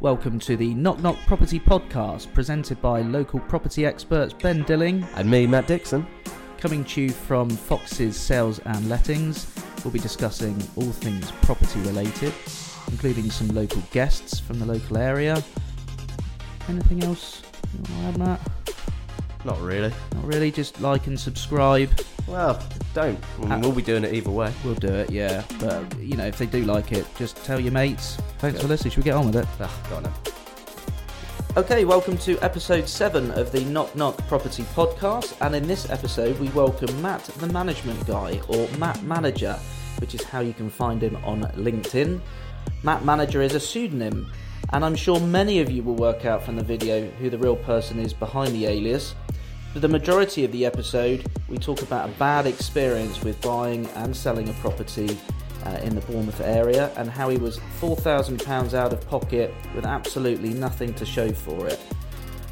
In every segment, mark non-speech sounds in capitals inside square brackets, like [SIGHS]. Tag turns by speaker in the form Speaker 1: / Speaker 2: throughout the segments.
Speaker 1: Welcome to the Knock Knock Property Podcast, presented by local property experts Ben Dilling,
Speaker 2: And me, Matt Dixon.
Speaker 1: coming to you from Fox's Sales and Lettings. We'll be discussing all things property related, including some local guests from the local area. Anything else you want to add, Matt?
Speaker 2: Not really.
Speaker 1: Not really, just like and subscribe.
Speaker 2: Well, don't. I mean,
Speaker 1: Uh,
Speaker 2: we'll be doing it either way.
Speaker 1: We'll do it, yeah. But, you know, if they do like it, just tell your mates. Thanks for listening. Should we get on with it?
Speaker 2: Ah, got him.
Speaker 1: Okay, welcome to episode 7 of the Knock Knock Property Podcast. And in this episode, we welcome Matt, the management guy, or Matt Manager, which is how you can find him on LinkedIn. Matt Manager is a pseudonym, and I'm sure many of you will work out from the video who the real person is behind the alias. For the majority of the episode, we talk about a bad experience with buying and selling a property uh, in the Bournemouth area and how he was £4,000 out of pocket with absolutely nothing to show for it.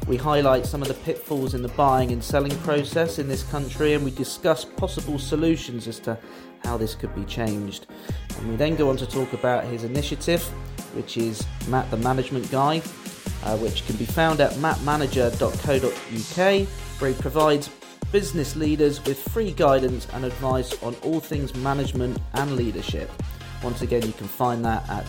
Speaker 1: We highlight some of the pitfalls in the buying and selling process in this country and we discuss possible solutions as to how this could be changed. And we then go on to talk about his initiative, which is Matt the Management Guy, uh, which can be found at mattmanager.co.uk, where he provides business leaders with free guidance and advice on all things management and leadership. Once again, you can find that at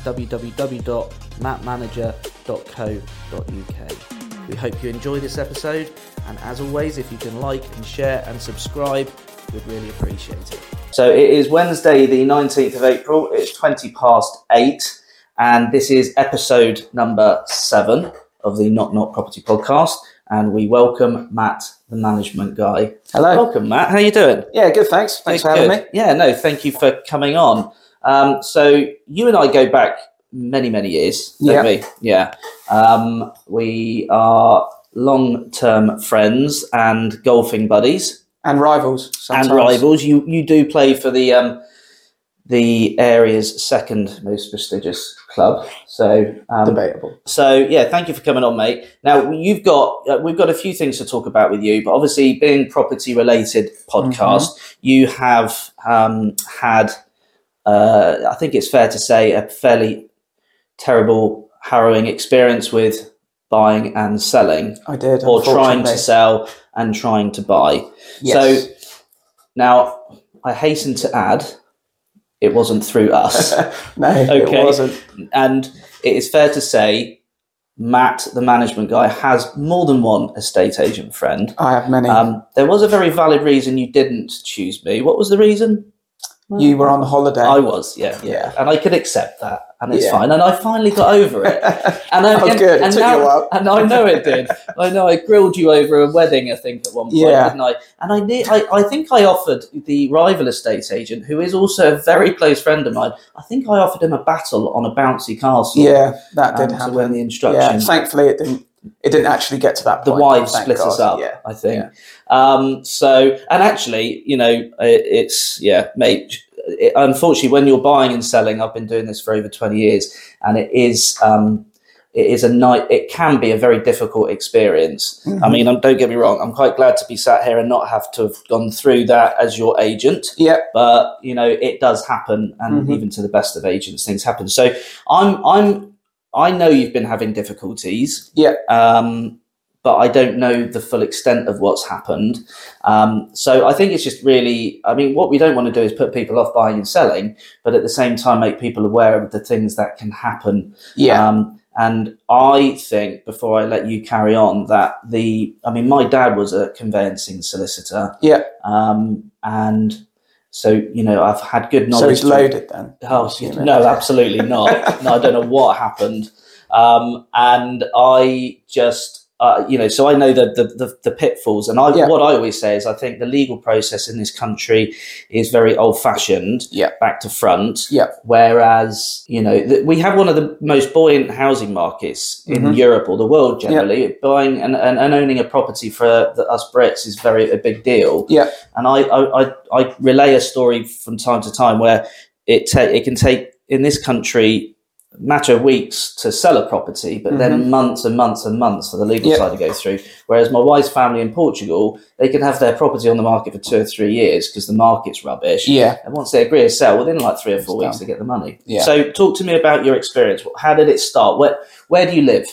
Speaker 1: www.mattmanager.co.uk. We hope you enjoy this episode, and as always, if you can like and share and subscribe, we'd really appreciate it. So it is Wednesday, the 19th of April, it's 20 past 8, and this is episode number 7 of the Not Not Property Podcast. And we welcome Matt, the management guy.
Speaker 3: Hello.
Speaker 1: Welcome, Matt. How you doing?
Speaker 3: Yeah, good. Thanks. Thanks
Speaker 1: Good,
Speaker 3: for having
Speaker 1: good.
Speaker 3: me.
Speaker 1: Yeah, no, thank you for coming on. Um, so you and I go back many, many years, don't we? Yeah. Um, we are long-term friends and golfing buddies
Speaker 3: And rivals. Sometimes.
Speaker 1: and rivals. You you do play for the um, the area's second most prestigious club. So um,
Speaker 3: Debatable.
Speaker 1: so yeah, thank you for coming on, mate. Now you've got uh, we've got a few things to talk about with you, but obviously being property related podcast,
Speaker 3: Mm-hmm.
Speaker 1: you have um, had uh, I think it's fair to say a fairly terrible, harrowing experience with buying and selling,
Speaker 3: I did.
Speaker 1: or trying to
Speaker 3: unfortunately.
Speaker 1: sell and trying to buy.
Speaker 3: Yes.
Speaker 1: Now I hasten to add, it wasn't through
Speaker 3: [LAUGHS]
Speaker 1: us.
Speaker 3: no,
Speaker 1: Okay.
Speaker 3: it wasn't.
Speaker 1: And it is fair to say, Matt, the management guy, has more than one estate agent friend.
Speaker 3: I have many.
Speaker 1: Um, there was a very valid reason you didn't choose me. What was the reason?
Speaker 3: you were on holiday.
Speaker 1: I was, yeah, yeah,
Speaker 3: Yeah.
Speaker 1: and I could accept that, and it's
Speaker 3: Yeah.
Speaker 1: fine. And I finally got over
Speaker 3: [LAUGHS]
Speaker 1: it. And I,
Speaker 3: Oh,
Speaker 1: and,
Speaker 3: good. It
Speaker 1: and
Speaker 3: took
Speaker 1: now,
Speaker 3: you a while.
Speaker 1: and I know it did. I know I grilled you over a wedding, I think, at one point,
Speaker 3: Yeah.
Speaker 1: didn't I? And I, ne- I, I think I offered the rival estate agent, who is also a very close friend of mine. I think I offered him a battle on a bouncy castle.
Speaker 3: yeah, that did
Speaker 1: um, to
Speaker 3: happen.
Speaker 1: learn the
Speaker 3: Yeah,
Speaker 1: instructions.
Speaker 3: thankfully it didn't. It didn't actually get to that
Speaker 1: the
Speaker 3: point.
Speaker 1: wives
Speaker 3: thank
Speaker 1: split us
Speaker 3: God.
Speaker 1: up,
Speaker 3: Yeah.
Speaker 1: I think. Um, so, and actually, you know, it, it's yeah, mate. It, unfortunately, when you're buying and selling, I've been doing this for over twenty years, and it is um, it is a night. It can be a very difficult experience. I
Speaker 3: Mm-hmm.
Speaker 1: mean, um, don't get me wrong. I'm quite glad to be sat here and not have to have gone through that as your agent
Speaker 3: Yeah.
Speaker 1: but you know it does happen and
Speaker 3: Mhm.
Speaker 1: even to the best of agents things happen so i'm i'm i know you've been having difficulties
Speaker 3: Yeah.
Speaker 1: um but i don't know the full extent of what's happened um so i think it's just really i mean what we don't want to do is put people off buying and selling but at the same time make people aware of the things that can happen
Speaker 3: Yeah.
Speaker 1: um, and I think, before I let you carry on, that the, I mean, my dad was a conveyancing solicitor.
Speaker 3: Yeah.
Speaker 1: Um, and so, you know, I've had good knowledge.
Speaker 3: so he's
Speaker 1: to-
Speaker 3: loaded then.
Speaker 1: Oh, shit. no, absolutely
Speaker 3: [LAUGHS]
Speaker 1: not. no, I don't know what happened. Um, and I just, uh, you know, so I know the, the, the, the pitfalls. And I,
Speaker 3: Yeah.
Speaker 1: what I always say is I think the legal process in this country is very old fashioned,
Speaker 3: Yeah.
Speaker 1: back to front.
Speaker 3: Yeah.
Speaker 1: Whereas, you know, th- we have one of the most buoyant housing markets in
Speaker 3: Mhm.
Speaker 1: Europe or the world generally. Buying and, and, and owning a property for the, us Brits is very a big deal.
Speaker 3: Yeah.
Speaker 1: And I, I, I, I relay a story from time to time where it, ta- it can take, in this country, matter of weeks to sell a property, but then months and months and months for the legal
Speaker 3: Mm-hmm. Yeah.
Speaker 1: side to go through. Whereas my wife's family in Portugal, they can have their property on the market for two or three years because the market's rubbish.
Speaker 3: Yeah.
Speaker 1: And once they agree to sell, within like three or four
Speaker 3: It's
Speaker 1: weeks, they get the money.
Speaker 3: Yeah.
Speaker 1: So talk to me about your experience. How did it start? Where Where do you live?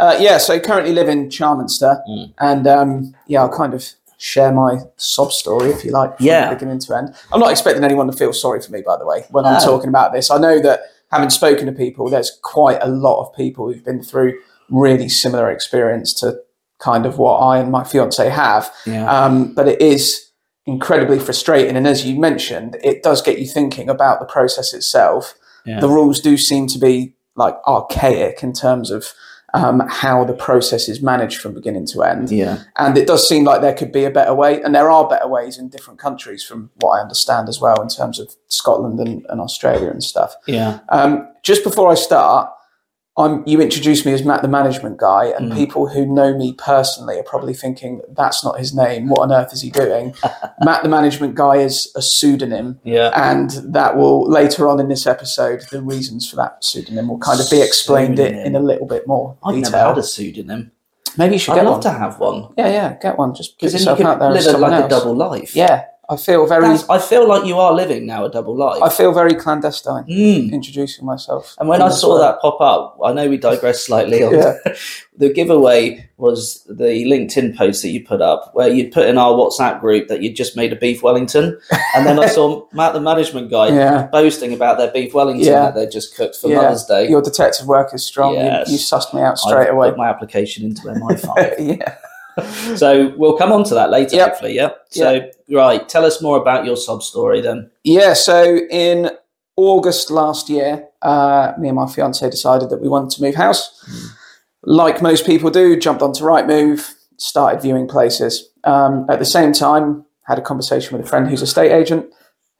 Speaker 3: Uh, yeah, so I currently live in Charminster,
Speaker 1: Mm.
Speaker 3: and um, yeah, I'll kind of share my sob story if you like. From
Speaker 1: Yeah.
Speaker 3: beginning to end. I'm not expecting anyone to feel sorry for me, by the way, when I'm
Speaker 1: No.
Speaker 3: talking about this. I know that having spoken to people, there's quite a lot of people who've been through really similar experience to kind of what I and my fiance have.
Speaker 1: Yeah.
Speaker 3: Um, but it is incredibly frustrating, and as you mentioned, it does get you thinking about the process itself
Speaker 1: Yeah.
Speaker 3: the rules do seem to be like archaic in terms of um, how the process is managed from beginning to end.
Speaker 1: yeah.
Speaker 3: And it does seem like there could be a better way, and there are better ways in different countries, from what I understand as well, in terms of Scotland and, and Australia and stuff.
Speaker 1: Yeah.
Speaker 3: Um, just before I start, I'm, you introduced me as Matt, the management guy,
Speaker 1: Mm.
Speaker 3: and people who know me personally are probably thinking, that's not his name. What on earth is
Speaker 1: [LAUGHS]
Speaker 3: he doing? Matt, the management guy, is a pseudonym
Speaker 1: Yeah.
Speaker 3: and that will later on in this episode the reasons for that pseudonym will kind of be explained in, in a little bit more
Speaker 1: I've never
Speaker 3: detail
Speaker 1: had a pseudonym.
Speaker 3: maybe you should
Speaker 1: I'd
Speaker 3: get
Speaker 1: love
Speaker 3: one
Speaker 1: to have one
Speaker 3: yeah yeah get one just put
Speaker 1: because then you
Speaker 3: yourself
Speaker 1: can
Speaker 3: out there
Speaker 1: live
Speaker 3: as
Speaker 1: a,
Speaker 3: someone
Speaker 1: like a
Speaker 3: else.
Speaker 1: double life.
Speaker 3: yeah i feel very
Speaker 1: That's- I feel like you are living now a double life.
Speaker 3: i feel very clandestine
Speaker 1: Mm.
Speaker 3: introducing myself
Speaker 1: And when
Speaker 3: in
Speaker 1: I
Speaker 3: this
Speaker 1: saw
Speaker 3: way.
Speaker 1: that pop up, I know we digress slightly. On
Speaker 3: Yeah.
Speaker 1: [LAUGHS] the giveaway was the LinkedIn post that you put up, where you put in our WhatsApp group that you just made a beef Wellington, and then I
Speaker 3: [LAUGHS]
Speaker 1: saw Matt, the management guy,
Speaker 3: Yeah.
Speaker 1: boasting about their beef Wellington
Speaker 3: Yeah.
Speaker 1: that they just cooked for
Speaker 3: Yeah.
Speaker 1: Mother's Day.
Speaker 3: your detective work is strong You-
Speaker 1: Yes.
Speaker 3: you, sussed me out
Speaker 1: I
Speaker 3: straight away
Speaker 1: put my application into their my five.
Speaker 3: [LAUGHS] yeah
Speaker 1: so we'll come on to that later,
Speaker 3: Yep.
Speaker 1: hopefully. Yeah. So
Speaker 3: Yep.
Speaker 1: right, tell us more about your sub story then.
Speaker 3: Yeah, so in August last year, uh, me and my fiance decided that we wanted to move house. Like most people do, jumped onto Rightmove, started viewing places. Um, at the same time, had a conversation with a friend who's a estate agent,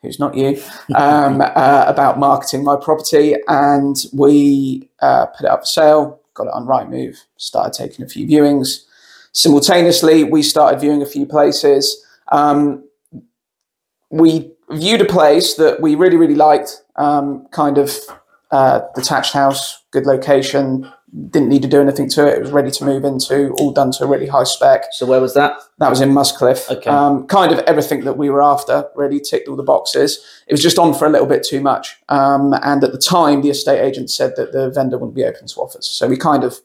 Speaker 3: who's not you, um, uh, about marketing my property, and we uh, put it up for sale. Got it on Rightmove. Started taking a few viewings. Simultaneously, we started viewing a few places. Um, we viewed a place that we really, really liked, um, kind of uh, detached house, good location, didn't need to do anything to it. It was ready to move into, all done to a really high spec.
Speaker 1: So where was that?
Speaker 3: That was in Muscliffe.
Speaker 1: Okay.
Speaker 3: Um, kind of everything that we were after, really ticked all the boxes. It was just on for a little bit too much. Um, and at the time, the estate agent said that the vendor wouldn't be open to offers. So we kind of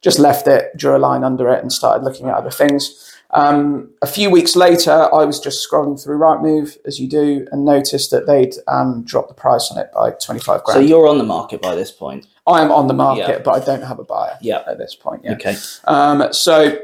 Speaker 3: just left it, drew a line under it, and started looking at other things. Um, a few weeks later, I was just scrolling through Rightmove, as you do, and noticed that they'd um, dropped the price on it by 25
Speaker 1: So
Speaker 3: grand.
Speaker 1: you're on the market by this point.
Speaker 3: I am on the market,
Speaker 1: Yeah.
Speaker 3: but I don't have a buyer
Speaker 1: Yeah.
Speaker 3: at this point. Yeah.
Speaker 1: Okay.
Speaker 3: Um, so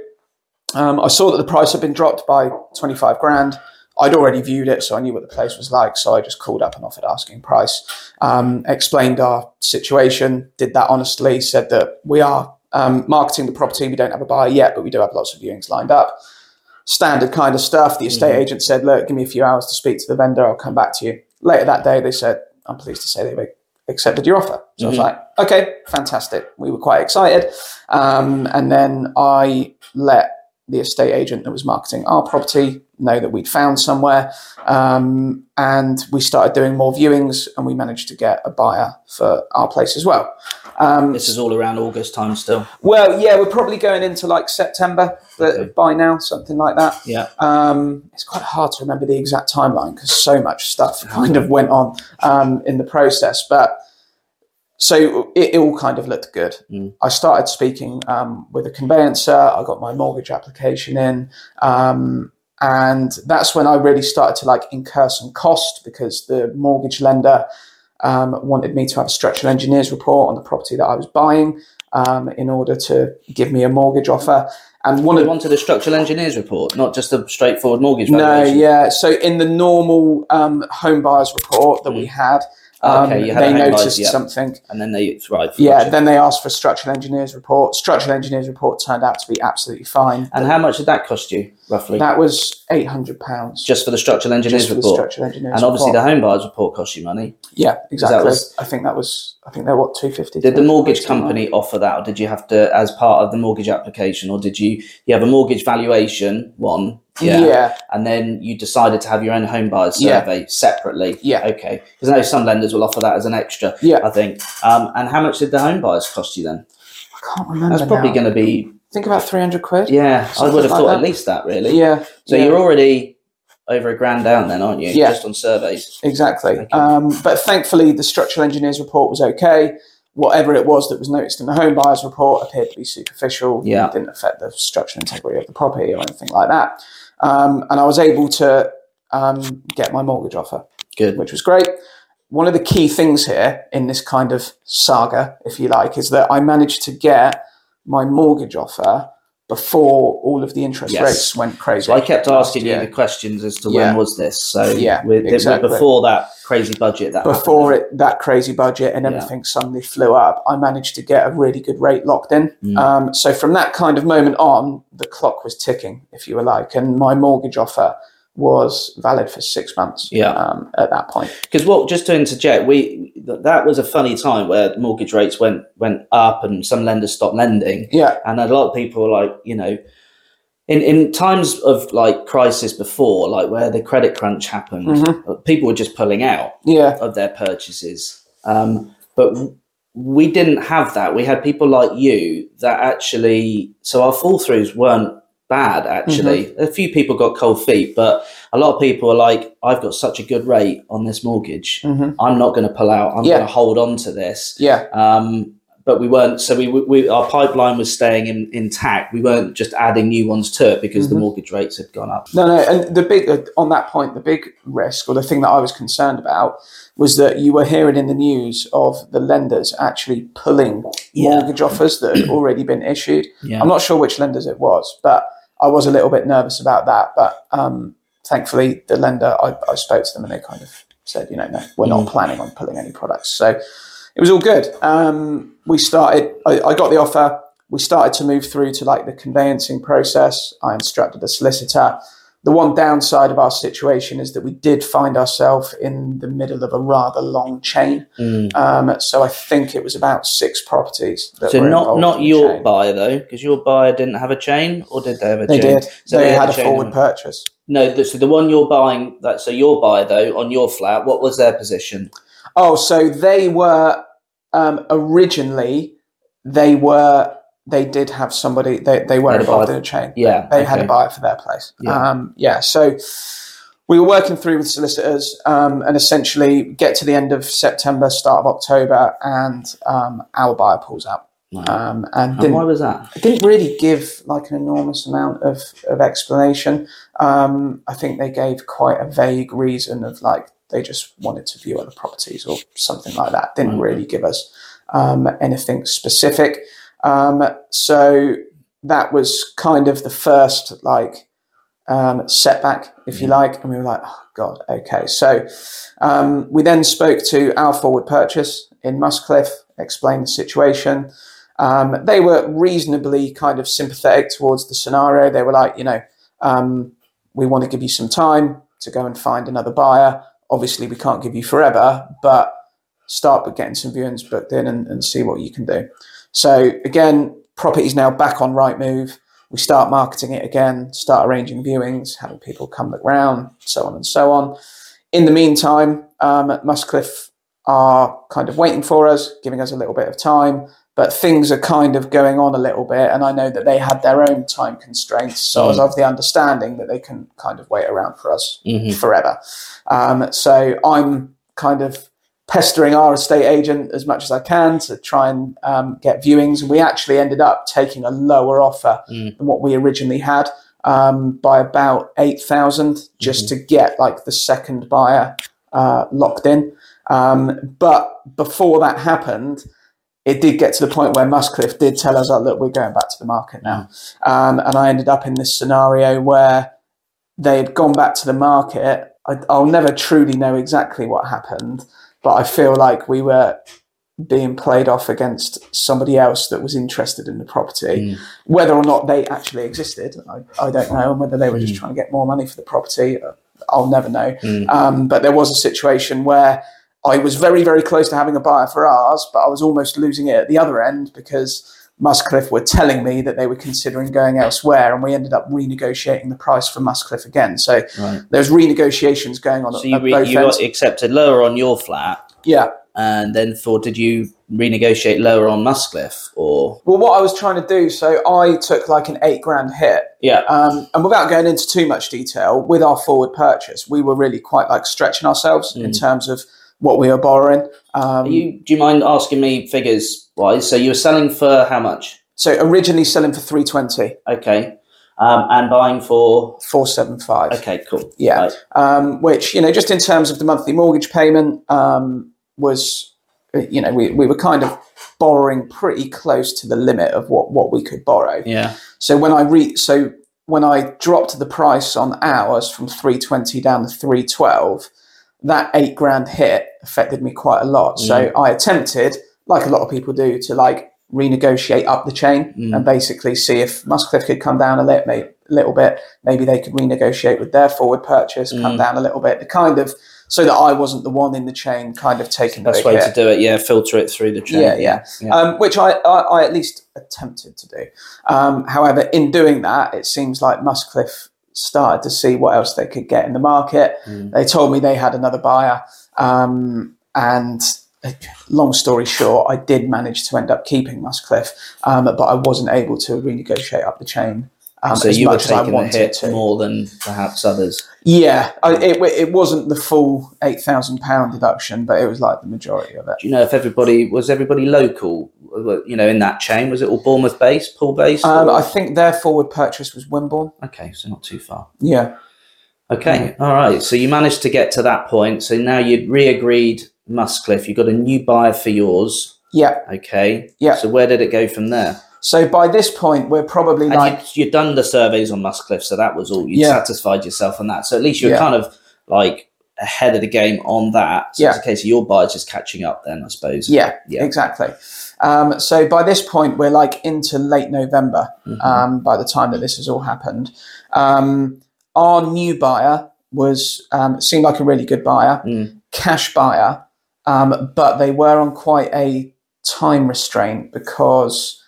Speaker 3: um, I saw that the price had been dropped by 25 grand. I'd already viewed it, so I knew what the place was like. So I just called up and offered asking price, um, explained our situation, did that honestly, said that we are um, marketing the property. We don't have a buyer yet, but we do have lots of viewings lined up. Standard kind of stuff. The estate agent said, Look, give me a few hours to speak to the vendor. I'll come back to you. Later that day, they said, I'm pleased to say they've accepted your offer. So I was like, Okay, fantastic. We were quite excited. Um, and then I let the estate agent that was marketing our property know that we'd found somewhere. Um, and we started doing more viewings and we managed to get a buyer for our place as well. Um,
Speaker 1: This is all around August time still.
Speaker 3: well, yeah, we're probably going into like September but
Speaker 1: Okay.
Speaker 3: by now, something like that.
Speaker 1: Yeah.
Speaker 3: Um, it's quite hard to remember the exact timeline because so much stuff [LAUGHS] kind of went on um, in the process. But so it, it all kind of looked good.
Speaker 1: Mm.
Speaker 3: I started speaking um, with a conveyancer. I got my mortgage application in, um, and that's when I really started to like incur some cost because the mortgage lender um, wanted me to have a structural engineer's report on the property that I was buying um, in order to give me a mortgage offer. And one
Speaker 1: We
Speaker 3: of
Speaker 1: wanted a structural engineer's report, not just a straightforward mortgage
Speaker 3: no,
Speaker 1: valuation.
Speaker 3: yeah. So in the normal um, home buyers report that we had, um,
Speaker 1: Mm. Okay, you had a
Speaker 3: they
Speaker 1: home buyers,
Speaker 3: noticed
Speaker 1: yeah.
Speaker 3: something.
Speaker 1: And then they right.
Speaker 3: Yeah,
Speaker 1: gotcha.
Speaker 3: then they asked for a structural engineer's report. Structural engineer's report turned out to be absolutely fine.
Speaker 1: and how much did that cost you roughly?
Speaker 3: That was eight hundred pounds
Speaker 1: just for the structural engineer's
Speaker 3: for the
Speaker 1: report.
Speaker 3: structural engineer's
Speaker 1: And obviously
Speaker 3: report.
Speaker 1: the home buyers report cost you money.
Speaker 3: yeah, exactly.
Speaker 1: was-
Speaker 3: I think that was. I think they're what two fifty.
Speaker 1: Did the mortgage company offer that or did you have to as part of the mortgage application or did you you have a mortgage valuation one Yeah.
Speaker 3: yeah,
Speaker 1: And then you decided to have your own home buyers
Speaker 3: Yeah.
Speaker 1: survey separately.
Speaker 3: Yeah.
Speaker 1: Okay. Because I know some lenders will offer that as an extra.
Speaker 3: Yeah.
Speaker 1: I think. Um, and how much did the home buyers cost you then?
Speaker 3: I can't remember.
Speaker 1: That's probably
Speaker 3: now.
Speaker 1: going to be.
Speaker 3: think about three hundred quid.
Speaker 1: Yeah, I
Speaker 3: Something
Speaker 1: would have
Speaker 3: like
Speaker 1: thought
Speaker 3: that.
Speaker 1: at least that really.
Speaker 3: yeah.
Speaker 1: So
Speaker 3: yeah.
Speaker 1: you're already over a grand down then, aren't you?
Speaker 3: Yeah.
Speaker 1: Just on surveys.
Speaker 3: Exactly.
Speaker 1: Okay.
Speaker 3: Um, but thankfully, the structural engineer's report was okay. Whatever it was that was noticed in the home buyer's report appeared to be superficial.
Speaker 1: Yeah.
Speaker 3: Didn't affect the structural integrity of the property or anything like that. Um, and I was able to um, get my mortgage offer,
Speaker 1: Good.
Speaker 3: which was great. One of the key things here in this kind of saga, if you like, is that I managed to get my mortgage offer before all of the interest
Speaker 1: Yes.
Speaker 3: rates went crazy.
Speaker 1: So I kept asking you
Speaker 3: Yeah.
Speaker 1: the questions as to
Speaker 3: Yeah.
Speaker 1: when was this. So
Speaker 3: Yeah,
Speaker 1: we're, we're
Speaker 3: exactly.
Speaker 1: before that crazy budget that
Speaker 3: before
Speaker 1: happened.
Speaker 3: it that crazy budget and
Speaker 1: Um, Yeah.
Speaker 3: everything suddenly flew up, I managed to get a really good rate locked in.
Speaker 1: Mm.
Speaker 3: Um, so from that kind of moment on, the clock was ticking, if you were like, and my mortgage offer was valid for six months.
Speaker 1: Yeah.
Speaker 3: Um, at that point,
Speaker 1: Because what? Just to interject, we th- that was a funny time where mortgage rates went went up and some lenders stopped lending,
Speaker 3: yeah,
Speaker 1: and a lot of people were like you know. In, in times of like crisis before, like where the credit crunch happened,
Speaker 3: Mhm.
Speaker 1: uh, people were just pulling out
Speaker 3: yeah,
Speaker 1: of their purchases. Um, but w- we didn't have that. We had people like you that actually, so our fall throughs weren't bad actually. A few people got cold feet, but a lot of people are like, I've got such a good rate on this mortgage.
Speaker 3: hmm
Speaker 1: I'm not going to pull out. I'm
Speaker 3: Yeah.
Speaker 1: going to hold on to this.
Speaker 3: yeah,
Speaker 1: Um, but we weren't, so we, we our pipeline was staying in, intact. We weren't just adding new ones to it because the
Speaker 3: Mhm.
Speaker 1: mortgage rates had gone up.
Speaker 3: no, no. And the big uh, on that point, the big risk or the thing that I was concerned about was that you were hearing in the news of the lenders actually pulling
Speaker 1: Yeah.
Speaker 3: mortgage offers that had already been issued.
Speaker 1: Yeah.
Speaker 3: I'm not sure which lenders it was, but I was a little bit nervous about that. But um, thankfully, the lender, I, I spoke to them and they kind of said, you know, no, we're
Speaker 1: Mm.
Speaker 3: not planning on pulling any products. So it was all good. Um, we started, I, I got the offer. We started to move through to like the conveyancing process. I instructed a solicitor. The one downside of our situation is that we did find ourselves in the middle of a rather long chain.
Speaker 1: Mm.
Speaker 3: Um, so I think it was about six properties. That
Speaker 1: So
Speaker 3: were
Speaker 1: not
Speaker 3: involved in
Speaker 1: not
Speaker 3: the
Speaker 1: your
Speaker 3: chain.
Speaker 1: buyer though, because your buyer didn't have a chain, or did they have a
Speaker 3: They
Speaker 1: chain?
Speaker 3: did. they, had a
Speaker 1: chain
Speaker 3: forward
Speaker 1: on-
Speaker 3: purchase.
Speaker 1: No, the, so the one you're buying, that so your buyer though on your flat, what was their position?
Speaker 3: Oh, so they were um, originally they were they did have somebody they, they were
Speaker 1: They had a
Speaker 3: involved
Speaker 1: buyer.
Speaker 3: in a chain.
Speaker 1: Yeah,
Speaker 3: They had a
Speaker 1: okay.
Speaker 3: buyer for their place.
Speaker 1: Yeah.
Speaker 3: Um, yeah. So we were working through with solicitors um, and essentially get to the end of September, start of October, and um, our buyer pulls out.
Speaker 1: Right.
Speaker 3: Um, and
Speaker 1: and
Speaker 3: didn't
Speaker 1: why was that?
Speaker 3: it didn't really give like an enormous amount of, of explanation. Um, I think they gave quite a vague reason of like they just wanted to view other properties or something like that. Didn't
Speaker 1: Right.
Speaker 3: really give us um, anything specific. Um, so that was kind of the first like um, setback, if you like. And we were like, oh, God, okay. So um, we then spoke to our forward purchase in Muscliffe, explained the situation. Um, they were reasonably kind of sympathetic towards the scenario. They were like, you know, um, we want to give you some time to go and find another buyer. Obviously, we can't give you forever, but start with getting some viewings booked in and, and see what you can do. So again, property's now back on Rightmove. We start marketing it again, start arranging viewings, having people come look round, so on and so on. In the meantime, um, Muscliffe are kind of waiting for us, giving us a little bit of time, but things are kind of going on a little bit. And I know that they had their own time constraints, so I was of the understanding that they can kind of wait around for us
Speaker 1: hmm
Speaker 3: forever. Um, so I'm kind of pestering our estate agent as much as I can to try and um, get viewings. We actually ended up taking a lower offer
Speaker 1: Mm.
Speaker 3: than what we originally had um, by about eight thousand, just to get like the second buyer uh, locked in. Um, but before that happened, it did get to the point where Muscliffe did tell us, "Oh, look, we're going back to the market now," um, and I ended up in this scenario where they had gone back to the market. I, I'll never truly know exactly what happened, but I feel like we were being played off against somebody else that was interested in the property.
Speaker 1: Mm.
Speaker 3: Whether or not they actually existed, I, I don't know, and whether they were just trying to get more money for the property, uh, I'll never know.
Speaker 1: Mm.
Speaker 3: Um, but there was a situation where I was very, very close to having a buyer for ours, but I was almost losing it at the other end because Muscliffe were telling me that they were considering going elsewhere, and we ended up renegotiating the price for Muscliffe again. So
Speaker 1: [LAUGHS] Right.
Speaker 3: there's renegotiations going
Speaker 1: Mm.
Speaker 3: on
Speaker 1: So
Speaker 3: at,
Speaker 1: you,
Speaker 3: at
Speaker 1: re-
Speaker 3: both
Speaker 1: you
Speaker 3: ends.
Speaker 1: accepted lower on your flat,
Speaker 3: yeah.
Speaker 1: and then thought, did you renegotiate lower on Muscliffe or
Speaker 3: Well, what I was trying to do, so I took like an eight grand hit
Speaker 1: yeah?
Speaker 3: Um, and without going into too much detail, with our forward purchase, we were really quite like stretching ourselves in terms of what we were borrowing. Um,
Speaker 1: Mm. Are you do you mind asking me figures wise? So you were selling for how much?
Speaker 3: so originally selling for 320,
Speaker 1: Okay, um, and buying for
Speaker 3: 475.
Speaker 1: okay, cool.
Speaker 3: Yeah.
Speaker 1: Right.
Speaker 3: Um, which, you know, just in terms of the monthly mortgage payment um, was, uh, you know, we, we were kind of borrowing pretty close to the limit of what, what we could borrow.
Speaker 1: yeah,
Speaker 3: So when I re- so when I dropped the price on ours from 320 down to 312, that eight grand hit affected me quite a lot.
Speaker 1: Mm.
Speaker 3: So I attempted, like a lot of people do, to like renegotiate up the chain
Speaker 1: Mm.
Speaker 3: and basically see if Muscliffe could come down a little, may- little bit. Maybe they could renegotiate with their forward purchase, come
Speaker 1: Mm.
Speaker 3: down a little bit, to kind of so that I wasn't the one in the chain kind of taking the
Speaker 1: best
Speaker 3: big
Speaker 1: way to
Speaker 3: hit.
Speaker 1: do it. Yeah, filter it through the chain.
Speaker 3: Yeah, yeah. Um, which I, I, I at least attempted to do. Um, however, in doing that, it seems like Muscliffe started to see what else they could get in the market.
Speaker 1: Mm.
Speaker 3: They told me they had another buyer. Um, and uh, long story short, I did manage to end up keeping Muscliffe, um, but I wasn't able to renegotiate up the chain. Um,
Speaker 1: so
Speaker 3: as
Speaker 1: you were
Speaker 3: much as I
Speaker 1: taking a
Speaker 3: wanted
Speaker 1: hit
Speaker 3: to.
Speaker 1: more than perhaps others.
Speaker 3: Yeah, I, it, it wasn't the full eight thousand pound deduction, but it was like the majority of it.
Speaker 1: Do you know if everybody was everybody local? You know, in that chain, was it all Bournemouth based, Pool based?
Speaker 3: Um,
Speaker 1: or-
Speaker 3: I think their forward purchase was Wimborne.
Speaker 1: okay, so not too far.
Speaker 3: Yeah.
Speaker 1: Okay, all right. So you managed to get to that point. So now you'd re-agreed Muscliffe. You got a new buyer for yours.
Speaker 3: Yeah.
Speaker 1: Okay.
Speaker 3: Yeah.
Speaker 1: So where did it go from there?
Speaker 3: So by this point, we're probably
Speaker 1: And
Speaker 3: like,
Speaker 1: you'd, you'd done the surveys on Muscliffe, so that was all. You
Speaker 3: Yeah.
Speaker 1: satisfied yourself on that. So at least you're
Speaker 3: Yeah.
Speaker 1: kind of like ahead of the game on that. So
Speaker 3: Yeah.
Speaker 1: It's a case of your buyer's just catching up then, I suppose.
Speaker 3: yeah,
Speaker 1: Yeah.
Speaker 3: exactly. Um, so by this point, we're like into late November
Speaker 1: Mm-hmm.
Speaker 3: um, by the time that this has all happened. Um, our new buyer was um, seemed like a really good buyer,
Speaker 1: Mm.
Speaker 3: cash buyer, um, but they were on quite a time restraint because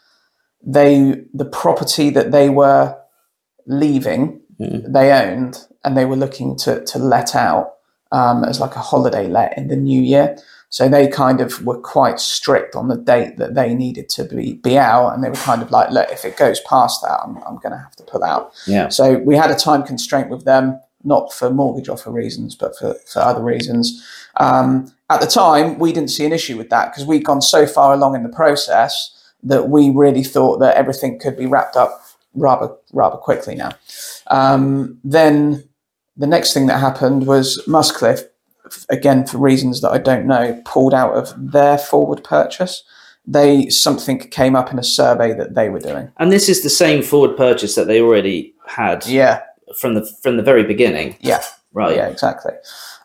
Speaker 3: they the property that they were leaving
Speaker 1: Mm.
Speaker 3: they owned and they were looking to to let out um, as like a holiday let in the new year. So they kind of were quite strict on the date that they needed to be, be out, and they were kind of like, look, if it goes past that, I'm, I'm going to have to pull out.
Speaker 1: Yeah.
Speaker 3: So we had a time constraint with them, not for mortgage offer reasons, but for, for other reasons. Um, at the time, we didn't see an issue with that because we'd gone so far along in the process that we really thought that everything could be wrapped up rather rather quickly now. Um, then the next thing that happened was Muscliffe, f- again for reasons that I don't know, pulled out of their forward purchase. They something came up in a survey that they were doing.
Speaker 1: And this is the same forward purchase that they already had
Speaker 3: Yeah,
Speaker 1: from the from the very beginning.
Speaker 3: yeah,
Speaker 1: Right.
Speaker 3: Oh, yeah, exactly.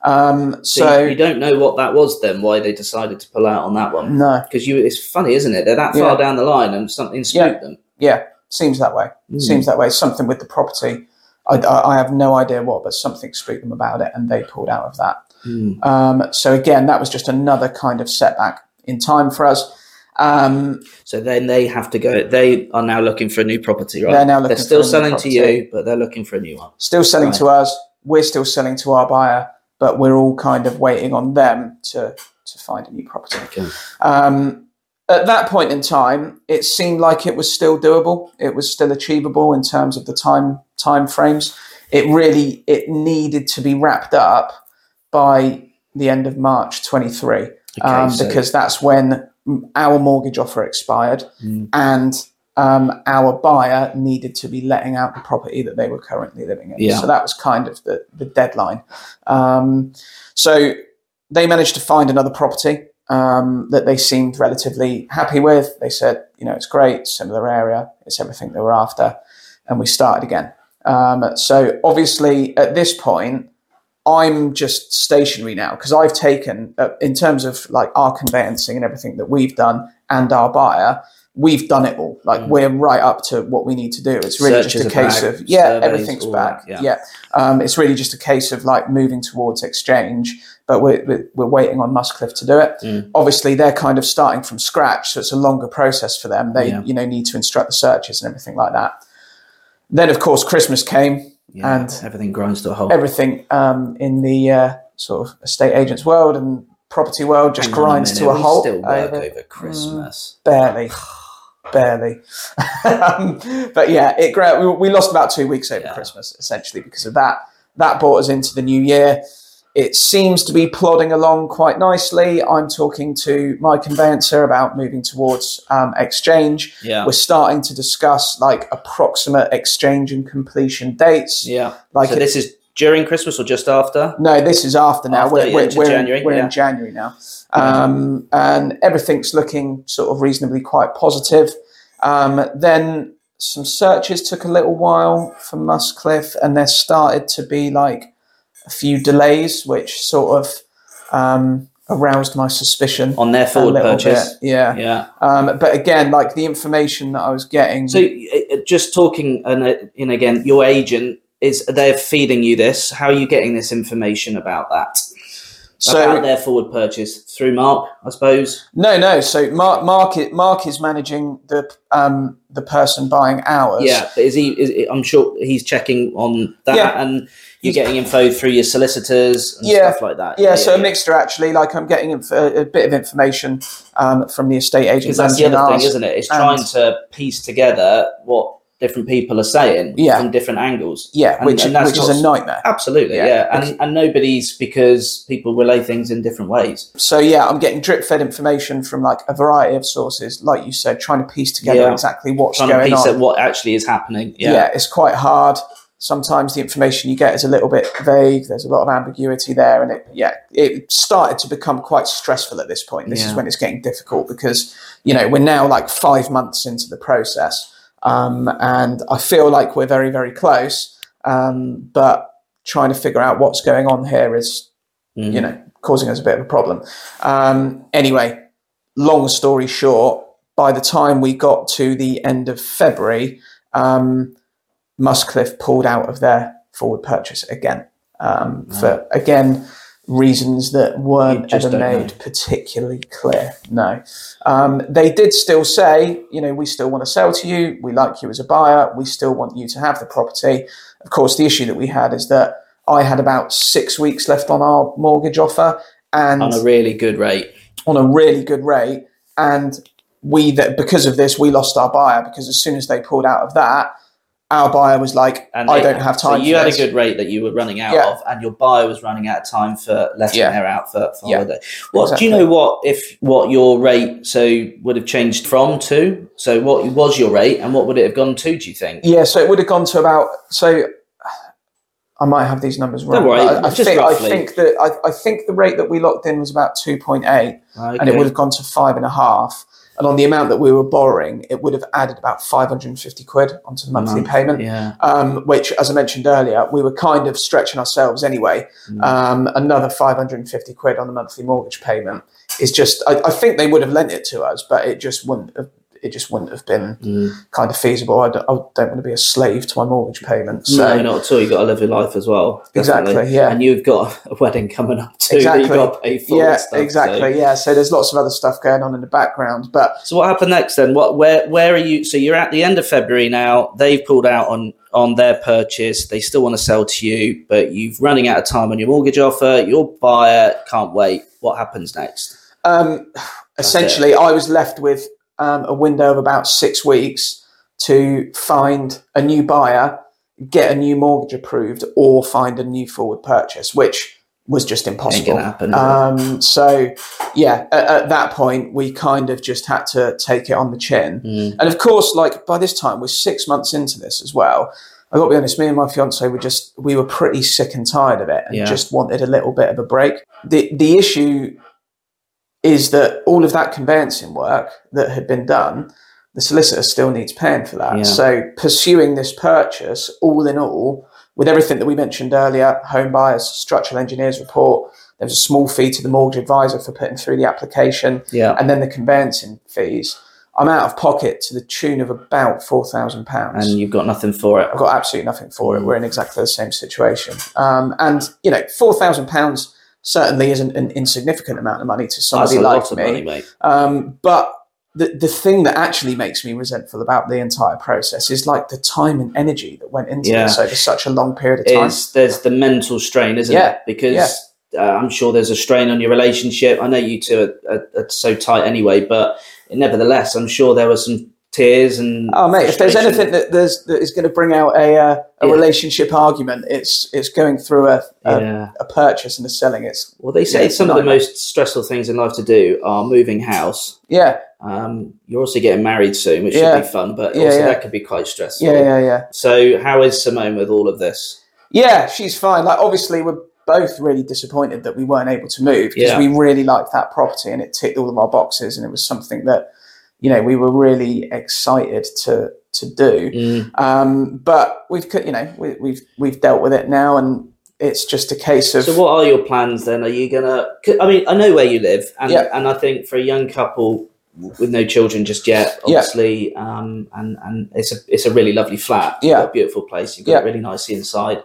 Speaker 3: Um,
Speaker 1: So, you, you
Speaker 3: so
Speaker 1: don't know what that was then, why they decided to pull out on that one.
Speaker 3: no,
Speaker 1: Because you it's funny, isn't it? They're that far
Speaker 3: Mm. Yeah.
Speaker 1: down the line and something spooked
Speaker 3: Yeah.
Speaker 1: them.
Speaker 3: yeah, seems that way.
Speaker 1: Mm.
Speaker 3: Seems that way. Something with the property. I, I I have no idea what, but something spooked them about it, and they pulled out of that.
Speaker 1: Mm.
Speaker 3: Um, so again, that was just another kind of setback in time for us. Um,
Speaker 1: So then they have to go they are now looking for a new property, right?
Speaker 3: They're now looking
Speaker 1: they're still
Speaker 3: for a new
Speaker 1: selling to
Speaker 3: property.
Speaker 1: you, but they're looking for a new one.
Speaker 3: still selling
Speaker 1: Right.
Speaker 3: to us. We're still selling to our buyer, but we're all kind of waiting on them to to find a new property.
Speaker 1: Okay.
Speaker 3: Um, at that point in time, it seemed like it was still doable. It was still achievable in terms of the time time frames. It really it needed to be wrapped up by the end of March 23 um,
Speaker 1: so-
Speaker 3: because that's when our mortgage offer expired
Speaker 1: Mm.
Speaker 3: and um, our buyer needed to be letting out the property that they were currently living in.
Speaker 1: Yeah.
Speaker 3: So that was kind of the, the deadline. Um, so they managed to find another property um, that they seemed relatively happy with. They said, you know, it's great, similar area, it's everything they were after. And we started again. Um, so obviously, at this point, I'm just stationary now because I've taken, uh, in terms of like our conveyancing and everything that we've done and our buyer, we've done it all. Like we're right up to what we need to do. It's really
Speaker 1: Mm. Searches
Speaker 3: just a
Speaker 1: are
Speaker 3: case
Speaker 1: back,
Speaker 3: of yeah,
Speaker 1: surveys,
Speaker 3: everything's
Speaker 1: all
Speaker 3: back.
Speaker 1: that,
Speaker 3: yeah, Um, it's really just a case of like moving towards exchange, but we're we're, we're waiting on Muscliffe to do it.
Speaker 1: Mm.
Speaker 3: Obviously, they're kind of starting from scratch, so it's a longer process for them. They
Speaker 1: Yeah.
Speaker 3: you know need to instruct the searches and everything like that. Then of course Christmas came
Speaker 1: Yeah,
Speaker 3: and
Speaker 1: everything grinds to a halt.
Speaker 3: everything um, in the uh, sort of estate agents world and property world just
Speaker 1: Hang on a
Speaker 3: grinds
Speaker 1: minute,
Speaker 3: to a
Speaker 1: we
Speaker 3: halt.
Speaker 1: Still work
Speaker 3: over-
Speaker 1: over Christmas.
Speaker 3: barely, [SIGHS] barely. [LAUGHS] um, but yeah, it gra- we, we lost about two weeks over
Speaker 1: Yeah.
Speaker 3: Christmas essentially because of that. That brought us into the new year. It seems to be plodding along quite nicely. I'm talking to my conveyancer about moving towards um, exchange.
Speaker 1: Yeah.
Speaker 3: We're starting to discuss like approximate exchange and completion dates.
Speaker 1: Yeah.
Speaker 3: Mm. Like
Speaker 1: so
Speaker 3: it-
Speaker 1: this is during Christmas or just after?
Speaker 3: no, this is after now.
Speaker 1: After,
Speaker 3: we're
Speaker 1: yeah,
Speaker 3: we're,
Speaker 1: to
Speaker 3: we're,
Speaker 1: January,
Speaker 3: we're
Speaker 1: yeah.
Speaker 3: in January now. Um, and everything's looking sort of reasonably quite positive. Um, then some searches took a little while for Muscliffe, and there started to be like a few delays, which sort of um, aroused my suspicion.
Speaker 1: On their
Speaker 3: a
Speaker 1: forward
Speaker 3: little
Speaker 1: purchase.
Speaker 3: bit. Yeah.
Speaker 1: Yeah.
Speaker 3: Um, but again, like the information that I was getting.
Speaker 1: So uh, uh, just talking, and uh, you know, again, your agent is they're feeding you this. How are you getting this information about that? about their forward purchase through Mark, I suppose.
Speaker 3: No, no. So Mark, Mark, i- Mark is managing the um, the person buying ours.
Speaker 1: Yeah, but is he? Is, I'm sure he's checking on that,
Speaker 3: Yeah.
Speaker 1: and you're getting info through your solicitors and
Speaker 3: Yeah.
Speaker 1: stuff like that.
Speaker 3: Yeah, so a mixture actually. Like I'm getting inf- a, a bit of information um, from the estate agent.
Speaker 1: Because that's the
Speaker 3: managing
Speaker 1: other
Speaker 3: ours.
Speaker 1: thing, isn't it? It's
Speaker 3: and-
Speaker 1: trying to piece together what different people are saying
Speaker 3: Yeah.
Speaker 1: from different angles.
Speaker 3: Yeah,
Speaker 1: And-
Speaker 3: which
Speaker 1: and that's
Speaker 3: which is
Speaker 1: what's-
Speaker 3: a nightmare.
Speaker 1: Absolutely, yeah,
Speaker 3: Yeah.
Speaker 1: and and nobody's because people relay things in different ways.
Speaker 3: So yeah, I'm getting drip fed information from like a variety of sources. Like you said, trying to piece together
Speaker 1: Yeah.
Speaker 3: exactly what's
Speaker 1: Trying to
Speaker 3: going
Speaker 1: piece
Speaker 3: on.
Speaker 1: out what actually is happening.
Speaker 3: yeah.
Speaker 1: Yeah,
Speaker 3: it's quite hard. Sometimes the information you get is a little bit vague. There's a lot of ambiguity there, and it yeah, it started to become quite stressful at this point. This
Speaker 1: Yeah.
Speaker 3: is when it's getting difficult because you know we're now like five months into the process, um, and I feel like we're very very close, um, but trying to figure out what's going on here is
Speaker 1: Mm.
Speaker 3: you know causing us a bit of a problem. Um, anyway, long story short, by the time we got to the end of February, um, Muscliffe pulled out of their forward purchase again um, for again reasons that
Speaker 1: You
Speaker 3: weren't
Speaker 1: just
Speaker 3: ever
Speaker 1: don't know.
Speaker 3: made particularly clear. No, um, they did still say, you know, we still want to sell to you. We like you as a buyer. We still want you to have the property. Of course, the issue that we had is that I had about six weeks left on our mortgage offer, and
Speaker 1: on a really good rate.
Speaker 3: on a really good rate. And we that because of this, we lost our buyer because as soon as they pulled out of that, our buyer was like,
Speaker 1: And
Speaker 3: "I
Speaker 1: they-
Speaker 3: don't have time."
Speaker 1: So you
Speaker 3: for
Speaker 1: had
Speaker 3: this.
Speaker 1: a good rate that you were running out
Speaker 3: Yeah.
Speaker 1: of, and your buyer was running out of time for letting
Speaker 3: Yeah.
Speaker 1: her out for, for
Speaker 3: Yeah.
Speaker 1: holiday. What
Speaker 3: Exactly.
Speaker 1: do you know? What if what your rate so would have changed from to? So what was your rate, and what would it have gone to? Do you think?
Speaker 3: Yeah, so it would have gone to about so. I might have these numbers wrong.
Speaker 1: Don't worry,
Speaker 3: but I, I
Speaker 1: just
Speaker 3: think,
Speaker 1: roughly.
Speaker 3: I think that I, I think the rate that we locked in was about two point eight, and it
Speaker 1: Okay.
Speaker 3: would have gone to five and a half. And on the amount that we were borrowing, it would have added about five hundred and fifty quid onto the monthly
Speaker 1: Month,
Speaker 3: payment.
Speaker 1: Yeah,
Speaker 3: um, which, as I mentioned earlier, we were kind of stretching ourselves anyway.
Speaker 1: Mm.
Speaker 3: Um, another 550 quid on the monthly mortgage payment is just, I, I think they would have lent it to us, but it just wouldn't have. It just wouldn't have been
Speaker 1: Mm.
Speaker 3: kind of feasible. I don't, I don't want to be a slave to my mortgage payment. So
Speaker 1: no, not at all. You've got to live your life as well.
Speaker 3: Exactly,
Speaker 1: definitely.
Speaker 3: yeah.
Speaker 1: and you've got [LAUGHS] a wedding coming up too that
Speaker 3: Exactly.
Speaker 1: you've got to pay for. and
Speaker 3: yeah,
Speaker 1: stuff, so-
Speaker 3: exactly. Yeah. So there's lots of other stuff going on in the background, but
Speaker 1: So what happened next then? What where where are you? So you're at the end of February now. They've pulled out on on their purchase. They still want to sell to you, but you've running out of time on your mortgage offer. Your buyer can't wait. What happens next?
Speaker 3: Um, essentially, I was left with um, a window of about six weeks to find a new buyer, get a new mortgage approved, or find a new forward purchase, which was just
Speaker 1: Ain't
Speaker 3: impossible.
Speaker 1: gonna happen. is it?
Speaker 3: Um, so, yeah, at, at that point, we kind of just had to take it on the chin.
Speaker 1: Mm.
Speaker 3: And of course, like by this time, we're six months into this as well. I got to be honest, me and my fiance were just we were pretty sick and tired of it, and
Speaker 1: Yeah.
Speaker 3: just wanted a little bit of a break. the The issue is that all of that conveyancing work that had been done, the solicitor still needs paying for that.
Speaker 1: Yeah.
Speaker 3: So pursuing this purchase, all in all, with everything that we mentioned earlier, home buyers, structural engineers report, there was a small fee to the mortgage advisor for putting through the application
Speaker 1: yeah.
Speaker 3: and then the conveyancing fees. I'm out of pocket to the tune of about four thousand pounds.
Speaker 1: and Mm. you've got nothing for it.
Speaker 3: I've got absolutely nothing for it. We're in exactly the same situation. Um, and you know, four thousand pounds certainly isn't an insignificant amount of money to
Speaker 1: That's
Speaker 3: somebody
Speaker 1: a
Speaker 3: like
Speaker 1: lot of
Speaker 3: me.
Speaker 1: money, mate.
Speaker 3: Um, but the, the thing that actually makes me resentful about the entire process is like the time and energy that went into
Speaker 1: Yeah.
Speaker 3: this over such a long period of time.
Speaker 1: is there's the mental strain, isn't
Speaker 3: Yeah,
Speaker 1: it? Because uh, I'm sure there's a strain on your relationship. I know you two are, are, are so tight anyway, but nevertheless, I'm sure there were some tears and.
Speaker 3: Oh mate, if there's
Speaker 1: frustration.
Speaker 3: anything that there's that is going to bring out a uh, a
Speaker 1: Yeah.
Speaker 3: relationship argument, it's it's going through a a,
Speaker 1: yeah.
Speaker 3: a purchase and a selling. It's
Speaker 1: Well, they say
Speaker 3: Yeah, it's
Speaker 1: some of the
Speaker 3: nightmare.
Speaker 1: most stressful things in life to do are moving house.
Speaker 3: yeah,
Speaker 1: Um, you're also getting married soon, which
Speaker 3: Yeah.
Speaker 1: should be fun, but
Speaker 3: Yeah,
Speaker 1: also
Speaker 3: yeah.
Speaker 1: that could be quite stressful.
Speaker 3: yeah, yeah, yeah.
Speaker 1: So, how is Simone with all of this?
Speaker 3: Yeah, she's fine. Like obviously we're both really disappointed that we weren't able to move because
Speaker 1: Yeah.
Speaker 3: we really liked that property and it ticked all of our boxes and it was something that you know we were really excited to to do.
Speaker 1: Mm.
Speaker 3: Um, but we've co- you know we, we've we've dealt with it now and it's just a case of
Speaker 1: So, what are your plans then? Are you gonna? 'cause, I mean, I know where you live, and
Speaker 3: Yeah.
Speaker 1: and I think for a young couple with no children just yet,
Speaker 3: Yeah.
Speaker 1: obviously, um, and and it's a it's a really lovely flat, You've
Speaker 3: Yeah.
Speaker 1: got a beautiful place, you've got
Speaker 3: Yeah.
Speaker 1: it really nice inside.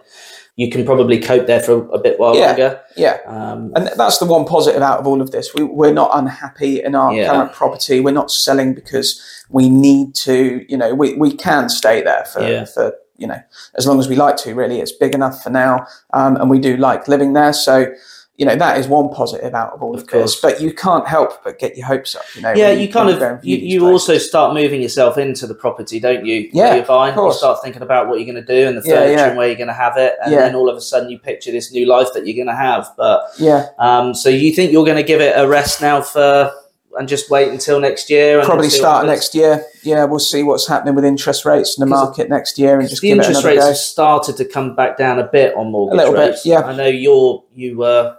Speaker 1: You can probably cope there for a bit while
Speaker 3: Yeah.
Speaker 1: longer.
Speaker 3: yeah.
Speaker 1: Um,
Speaker 3: And th- that's the one positive out of all of this. We, we're not unhappy in our
Speaker 1: Yeah.
Speaker 3: current property. We're not selling because we need to. You know, we, we can stay there for,
Speaker 1: Yeah.
Speaker 3: for you know as long as we like to. Really, it's big enough for now, um, and we do like living there. So. You know that is one positive out of all
Speaker 1: Of
Speaker 3: of, this, but you can't help but get your hopes up. You know,
Speaker 1: yeah,
Speaker 3: when
Speaker 1: you kind
Speaker 3: when go and
Speaker 1: of
Speaker 3: view
Speaker 1: you,
Speaker 3: these
Speaker 1: you
Speaker 3: places.
Speaker 1: also start moving yourself into the property, don't you?
Speaker 3: Yeah,
Speaker 1: That you're buying,
Speaker 3: of
Speaker 1: you
Speaker 3: course.
Speaker 1: start thinking about what you're going to do and the
Speaker 3: Yeah,
Speaker 1: furniture
Speaker 3: yeah.
Speaker 1: and where you're going to have it, and
Speaker 3: Yeah.
Speaker 1: then all of a sudden you picture this new life that you're going to have, but.
Speaker 3: yeah,
Speaker 1: Um, so you think you're going to give it a rest now for and just wait until next year? And
Speaker 3: probably
Speaker 1: see
Speaker 3: start
Speaker 1: what happens?
Speaker 3: next year. Yeah, we'll see what's happening with interest rates in the
Speaker 1: 'Cause
Speaker 3: market next year, and just
Speaker 1: The
Speaker 3: give it
Speaker 1: interest
Speaker 3: another
Speaker 1: rates
Speaker 3: go.
Speaker 1: have started to come back down a bit on mortgage
Speaker 3: little bit,
Speaker 1: rates.
Speaker 3: yeah.
Speaker 1: I know you're you were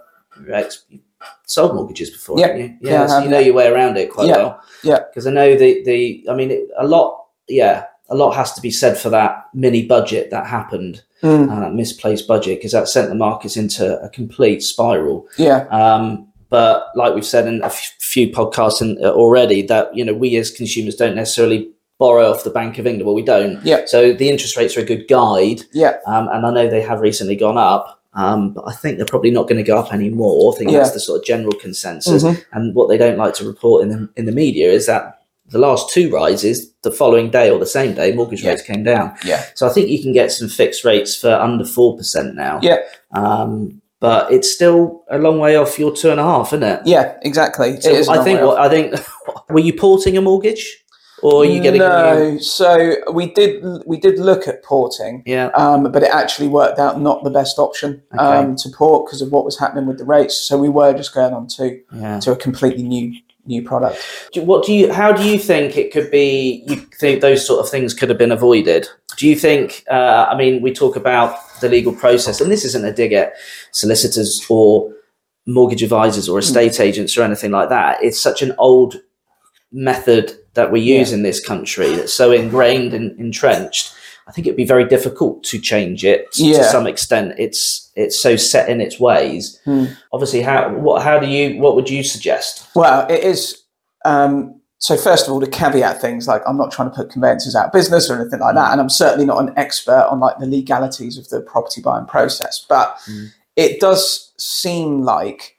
Speaker 1: your ex you sold mortgages before,
Speaker 3: Yeah,
Speaker 1: haven't you?
Speaker 3: yeah, I
Speaker 1: so
Speaker 3: have,
Speaker 1: you know
Speaker 3: yeah.
Speaker 1: your way around it quite
Speaker 3: Yeah,
Speaker 1: well.
Speaker 3: yeah.
Speaker 1: because I know the the I mean it, a lot. Yeah, a lot has to be said for that mini budget that happened,
Speaker 3: Mm,
Speaker 1: uh, that misplaced budget, because that sent the markets into a complete spiral.
Speaker 3: yeah,
Speaker 1: Um, but like we've said in a f- few podcasts in, uh, already, that you know we as consumers don't necessarily borrow off the Bank of England. Well, we don't.
Speaker 3: Yeah.
Speaker 1: So the interest rates are a good guide,
Speaker 3: yeah,
Speaker 1: um, and I know they have recently gone up. Um, but I think they're probably not going to go up anymore. I think that's
Speaker 3: Yeah.
Speaker 1: the sort of general consensus.
Speaker 3: Mhm.
Speaker 1: And what they don't like to report in the, in the media is that the last two rises, the following day or the same day, mortgage
Speaker 3: Yeah.
Speaker 1: rates came down.
Speaker 3: yeah.
Speaker 1: So I think you can get some fixed rates for under four percent now.
Speaker 3: Yeah.
Speaker 1: Um, but it's still a long way off your two and a half, isn't it?
Speaker 3: Yeah, exactly.
Speaker 1: So
Speaker 3: it is
Speaker 1: I
Speaker 3: another
Speaker 1: think
Speaker 3: way
Speaker 1: what I think [LAUGHS] were you porting a mortgage, or are you getting a new?
Speaker 3: no. So we did we did look at porting,
Speaker 1: Yeah.
Speaker 3: um, but it actually worked out not the best option um, to port because of what was happening with the rates. So we were just going on to
Speaker 1: Yeah.
Speaker 3: to a completely new new product.
Speaker 1: Do- What do you? How do you think it could be? You think those sort of things could have been avoided? Do you think? Uh, I mean, we talk about the legal process, and this isn't a dig at solicitors or mortgage advisors
Speaker 3: Hmm.
Speaker 1: or estate agents or anything like that. It's such an old method that we use in this country that's so ingrained and entrenched. I think it'd be very difficult to change it to
Speaker 3: Yeah.
Speaker 1: some extent. It's it's so set in its ways.
Speaker 3: Hmm.
Speaker 1: Obviously, how what how do you what would you suggest?
Speaker 3: Well, it is. Um, so first of all, to caveat things like I'm not trying to put conveyancers out of business or anything like that, and I'm certainly not an expert on like the legalities of the property buying process, but it does seem like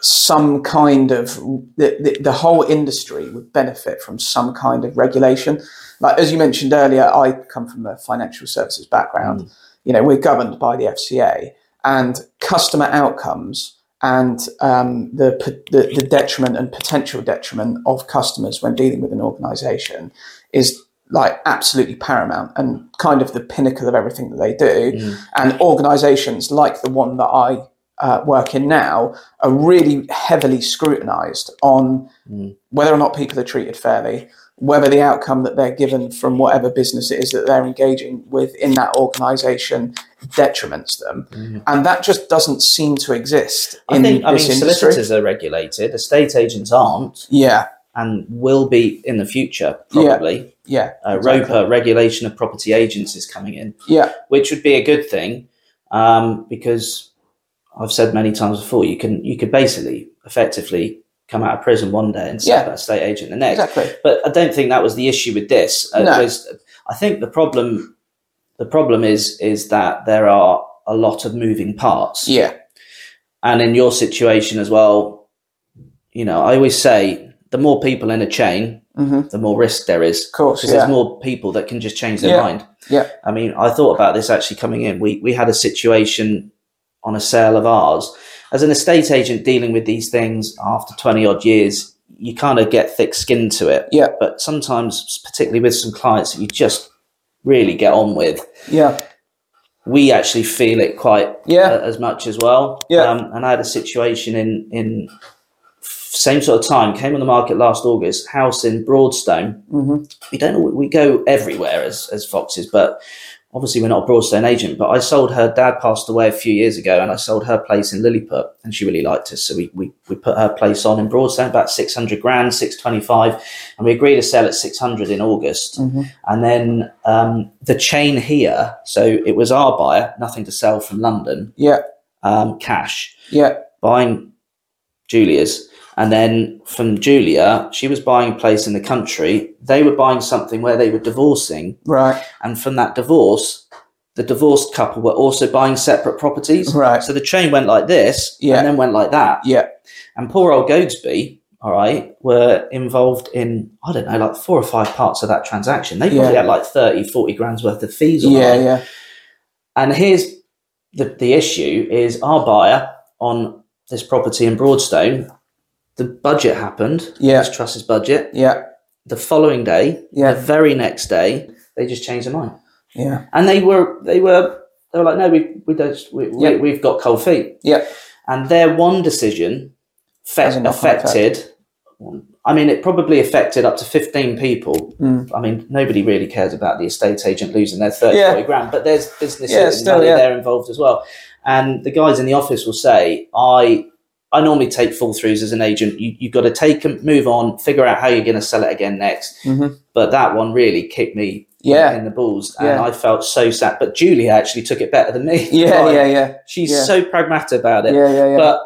Speaker 3: some kind of the, the, the whole industry would benefit from some kind of regulation. Like as you mentioned earlier, I come from a financial services background. You know, we're governed by the FCA, and customer outcomes and um, the, p- the the detriment and potential detriment of customers when dealing with an organisation is like absolutely paramount and kind of the pinnacle of everything that they do.
Speaker 1: Mm.
Speaker 3: And organisations like the one that I uh, work in now are really heavily scrutinised on
Speaker 1: Mm.
Speaker 3: whether or not people are treated fairly, whether the outcome that they're given from whatever business it is that they're engaging with in that organisation detriments them, and that just doesn't seem to exist
Speaker 1: Mm. I
Speaker 3: in
Speaker 1: think I mean
Speaker 3: this industry.
Speaker 1: solicitors are regulated, estate agents aren't,
Speaker 3: Yeah,
Speaker 1: and will be in the future
Speaker 3: Yeah,
Speaker 1: probably.
Speaker 3: yeah,
Speaker 1: Uh,
Speaker 3: exactly.
Speaker 1: ROPA regulation of property agents is coming in,
Speaker 3: yeah,
Speaker 1: which would be a good thing um, because I've said many times before you can you could basically effectively come out of prison one day and
Speaker 3: Yeah.
Speaker 1: set that estate agent the next.
Speaker 3: Exactly.
Speaker 1: But I don't think that was the issue with this. Uh,
Speaker 3: No.
Speaker 1: there's- I think the problem the problem is is that there are a lot of moving parts.
Speaker 3: Yeah.
Speaker 1: And in your situation as well, you know, I always say the more people in a chain,
Speaker 3: hmm Of
Speaker 1: the more risk there is.
Speaker 3: course.
Speaker 1: Because
Speaker 3: Yeah.
Speaker 1: there's more people that can just change their
Speaker 3: Yeah.
Speaker 1: mind.
Speaker 3: Yeah.
Speaker 1: I mean, I thought about this actually coming in. We we had a situation on a sale of ours. As an estate agent dealing with these things after twenty odd years, you kind of get thick skin to it.
Speaker 3: Yeah.
Speaker 1: But sometimes, particularly with some clients that you just really get on with,
Speaker 3: Yeah.
Speaker 1: we actually feel it quite
Speaker 3: Yeah.
Speaker 1: a- as much as well.
Speaker 3: Yeah.
Speaker 1: Um, and I had a situation in in same sort of time came on the market last August. House in Broadstone.
Speaker 3: hmm
Speaker 1: We don't al- we go everywhere as as foxes, but obviously we're not a Broadstone agent. But I sold her dad passed away a few years ago, and I sold her place in Lilliput, and she really liked us. So we we, we put her place on in Broadstone about six hundred grand, six twenty five, and we agreed to sell at six hundred in August.
Speaker 3: hmm
Speaker 1: And then um, the chain here, so it was our buyer, nothing to sell from London,
Speaker 3: Yeah.
Speaker 1: um, cash,
Speaker 3: Yeah.
Speaker 1: buying Julia's. And then from Julia, she was buying a place in the country. They were buying something where they were divorcing.
Speaker 3: Right.
Speaker 1: And from that divorce, the divorced couple were also buying separate properties.
Speaker 3: Right.
Speaker 1: So the chain went like this
Speaker 3: Yeah.
Speaker 1: and then went like that.
Speaker 3: Yeah.
Speaker 1: And poor old Goadsby, all right, were involved in, I don't know, like four or five parts of that transaction. They probably
Speaker 3: Yeah.
Speaker 1: had like 30, 40 grand's worth of fees on
Speaker 3: Yeah.
Speaker 1: it.
Speaker 3: Yeah.
Speaker 1: And here's the, the issue is our buyer on this property in Broadstone, the budget happened,
Speaker 3: Yeah.
Speaker 1: this trust's budget.
Speaker 3: Yeah.
Speaker 1: The following day,
Speaker 3: Yeah.
Speaker 1: the very next day, they just changed their mind.
Speaker 3: Yeah.
Speaker 1: And they were, they were, they were like, no, we, we don't, we, we,
Speaker 3: Yeah.
Speaker 1: we've got cold feet
Speaker 3: Yeah.
Speaker 1: and their one decision fe-
Speaker 3: Has a knock-on
Speaker 1: affected. I mean, it probably affected up to fifteen people.
Speaker 3: Mm.
Speaker 1: I mean, nobody really cares about the estate agent losing their 30,
Speaker 3: Yeah.
Speaker 1: 40 grand, but there's business
Speaker 3: Yeah,
Speaker 1: and
Speaker 3: still,
Speaker 1: money
Speaker 3: yeah.
Speaker 1: there involved as well. And the guys in the office will say, "I." I normally take fall throughs as an agent. You, you've got to take them, move on, figure out how you're going to sell it again next.
Speaker 3: Mhm.
Speaker 1: But that one really kicked me
Speaker 3: Yeah.
Speaker 1: in the balls, and
Speaker 3: Yeah.
Speaker 1: I felt so sad. But Julia actually took it better than me.
Speaker 3: Yeah.
Speaker 1: [LAUGHS] Like,
Speaker 3: Yeah. Yeah.
Speaker 1: She's
Speaker 3: yeah.
Speaker 1: so pragmatic about it
Speaker 3: Yeah. Yeah. Yeah.
Speaker 1: but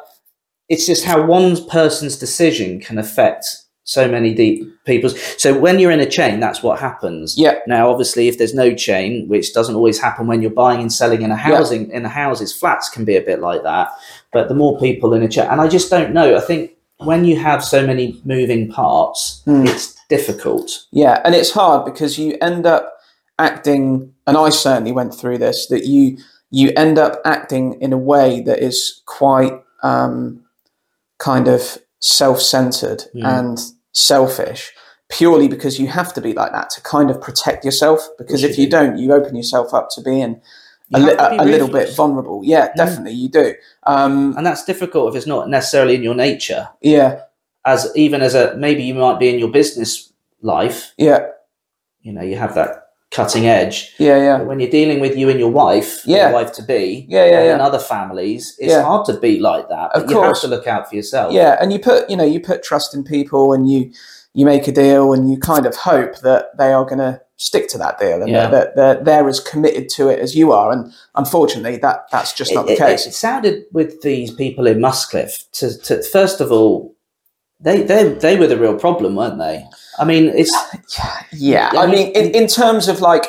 Speaker 1: it's just how one person's decision can affect so many deep people's. So when you're in a chain, that's what happens.
Speaker 3: Yeah.
Speaker 1: Now, obviously, if there's no chain, which doesn't always happen when you're buying and selling in a housing, in the houses, flats can be a bit like that. But the more people in a chain, and I just don't know. I think when you have so many moving parts,
Speaker 3: Mm.
Speaker 1: it's difficult.
Speaker 3: Yeah, and it's hard because you end up acting, and I certainly went through this. That you you end up acting in a way that is quite um, kind of self-centered
Speaker 1: Mm.
Speaker 3: and selfish, purely because you have to be like that to kind of protect yourself. Because
Speaker 1: Yes,
Speaker 3: if
Speaker 1: you
Speaker 3: you don't, you open yourself up to being a,
Speaker 1: You
Speaker 3: li-
Speaker 1: have to be
Speaker 3: a, a little bit
Speaker 1: ruthless. Mm.
Speaker 3: vulnerable. Yeah, definitely you do. Um,
Speaker 1: and that's difficult if it's not necessarily in your nature.
Speaker 3: yeah,
Speaker 1: As even as a maybe you might be in your business life,
Speaker 3: yeah,
Speaker 1: you know, you have that cutting edge.
Speaker 3: yeah, yeah,
Speaker 1: But when you're dealing with you and your wife,
Speaker 3: Yeah.
Speaker 1: your wife to be,
Speaker 3: yeah, yeah,
Speaker 1: and
Speaker 3: yeah.
Speaker 1: in other families, it's
Speaker 3: Yeah.
Speaker 1: hard to be like that. But
Speaker 3: Of
Speaker 1: you have
Speaker 3: course.
Speaker 1: to look out for yourself.
Speaker 3: yeah and you put you know you put trust in people and you you make a deal and you kind of hope that they are going to stick to that deal and
Speaker 1: Yeah.
Speaker 3: that, that they're, they're as committed to it as you are and unfortunately that that's just
Speaker 1: It,
Speaker 3: not the
Speaker 1: it,
Speaker 3: case
Speaker 1: it sounded with these people in Muscliffe to, to first of all, they, they they were the real problem, weren't they? I mean, it's
Speaker 3: yeah
Speaker 1: I
Speaker 3: i
Speaker 1: mean,
Speaker 3: mean in, in terms of like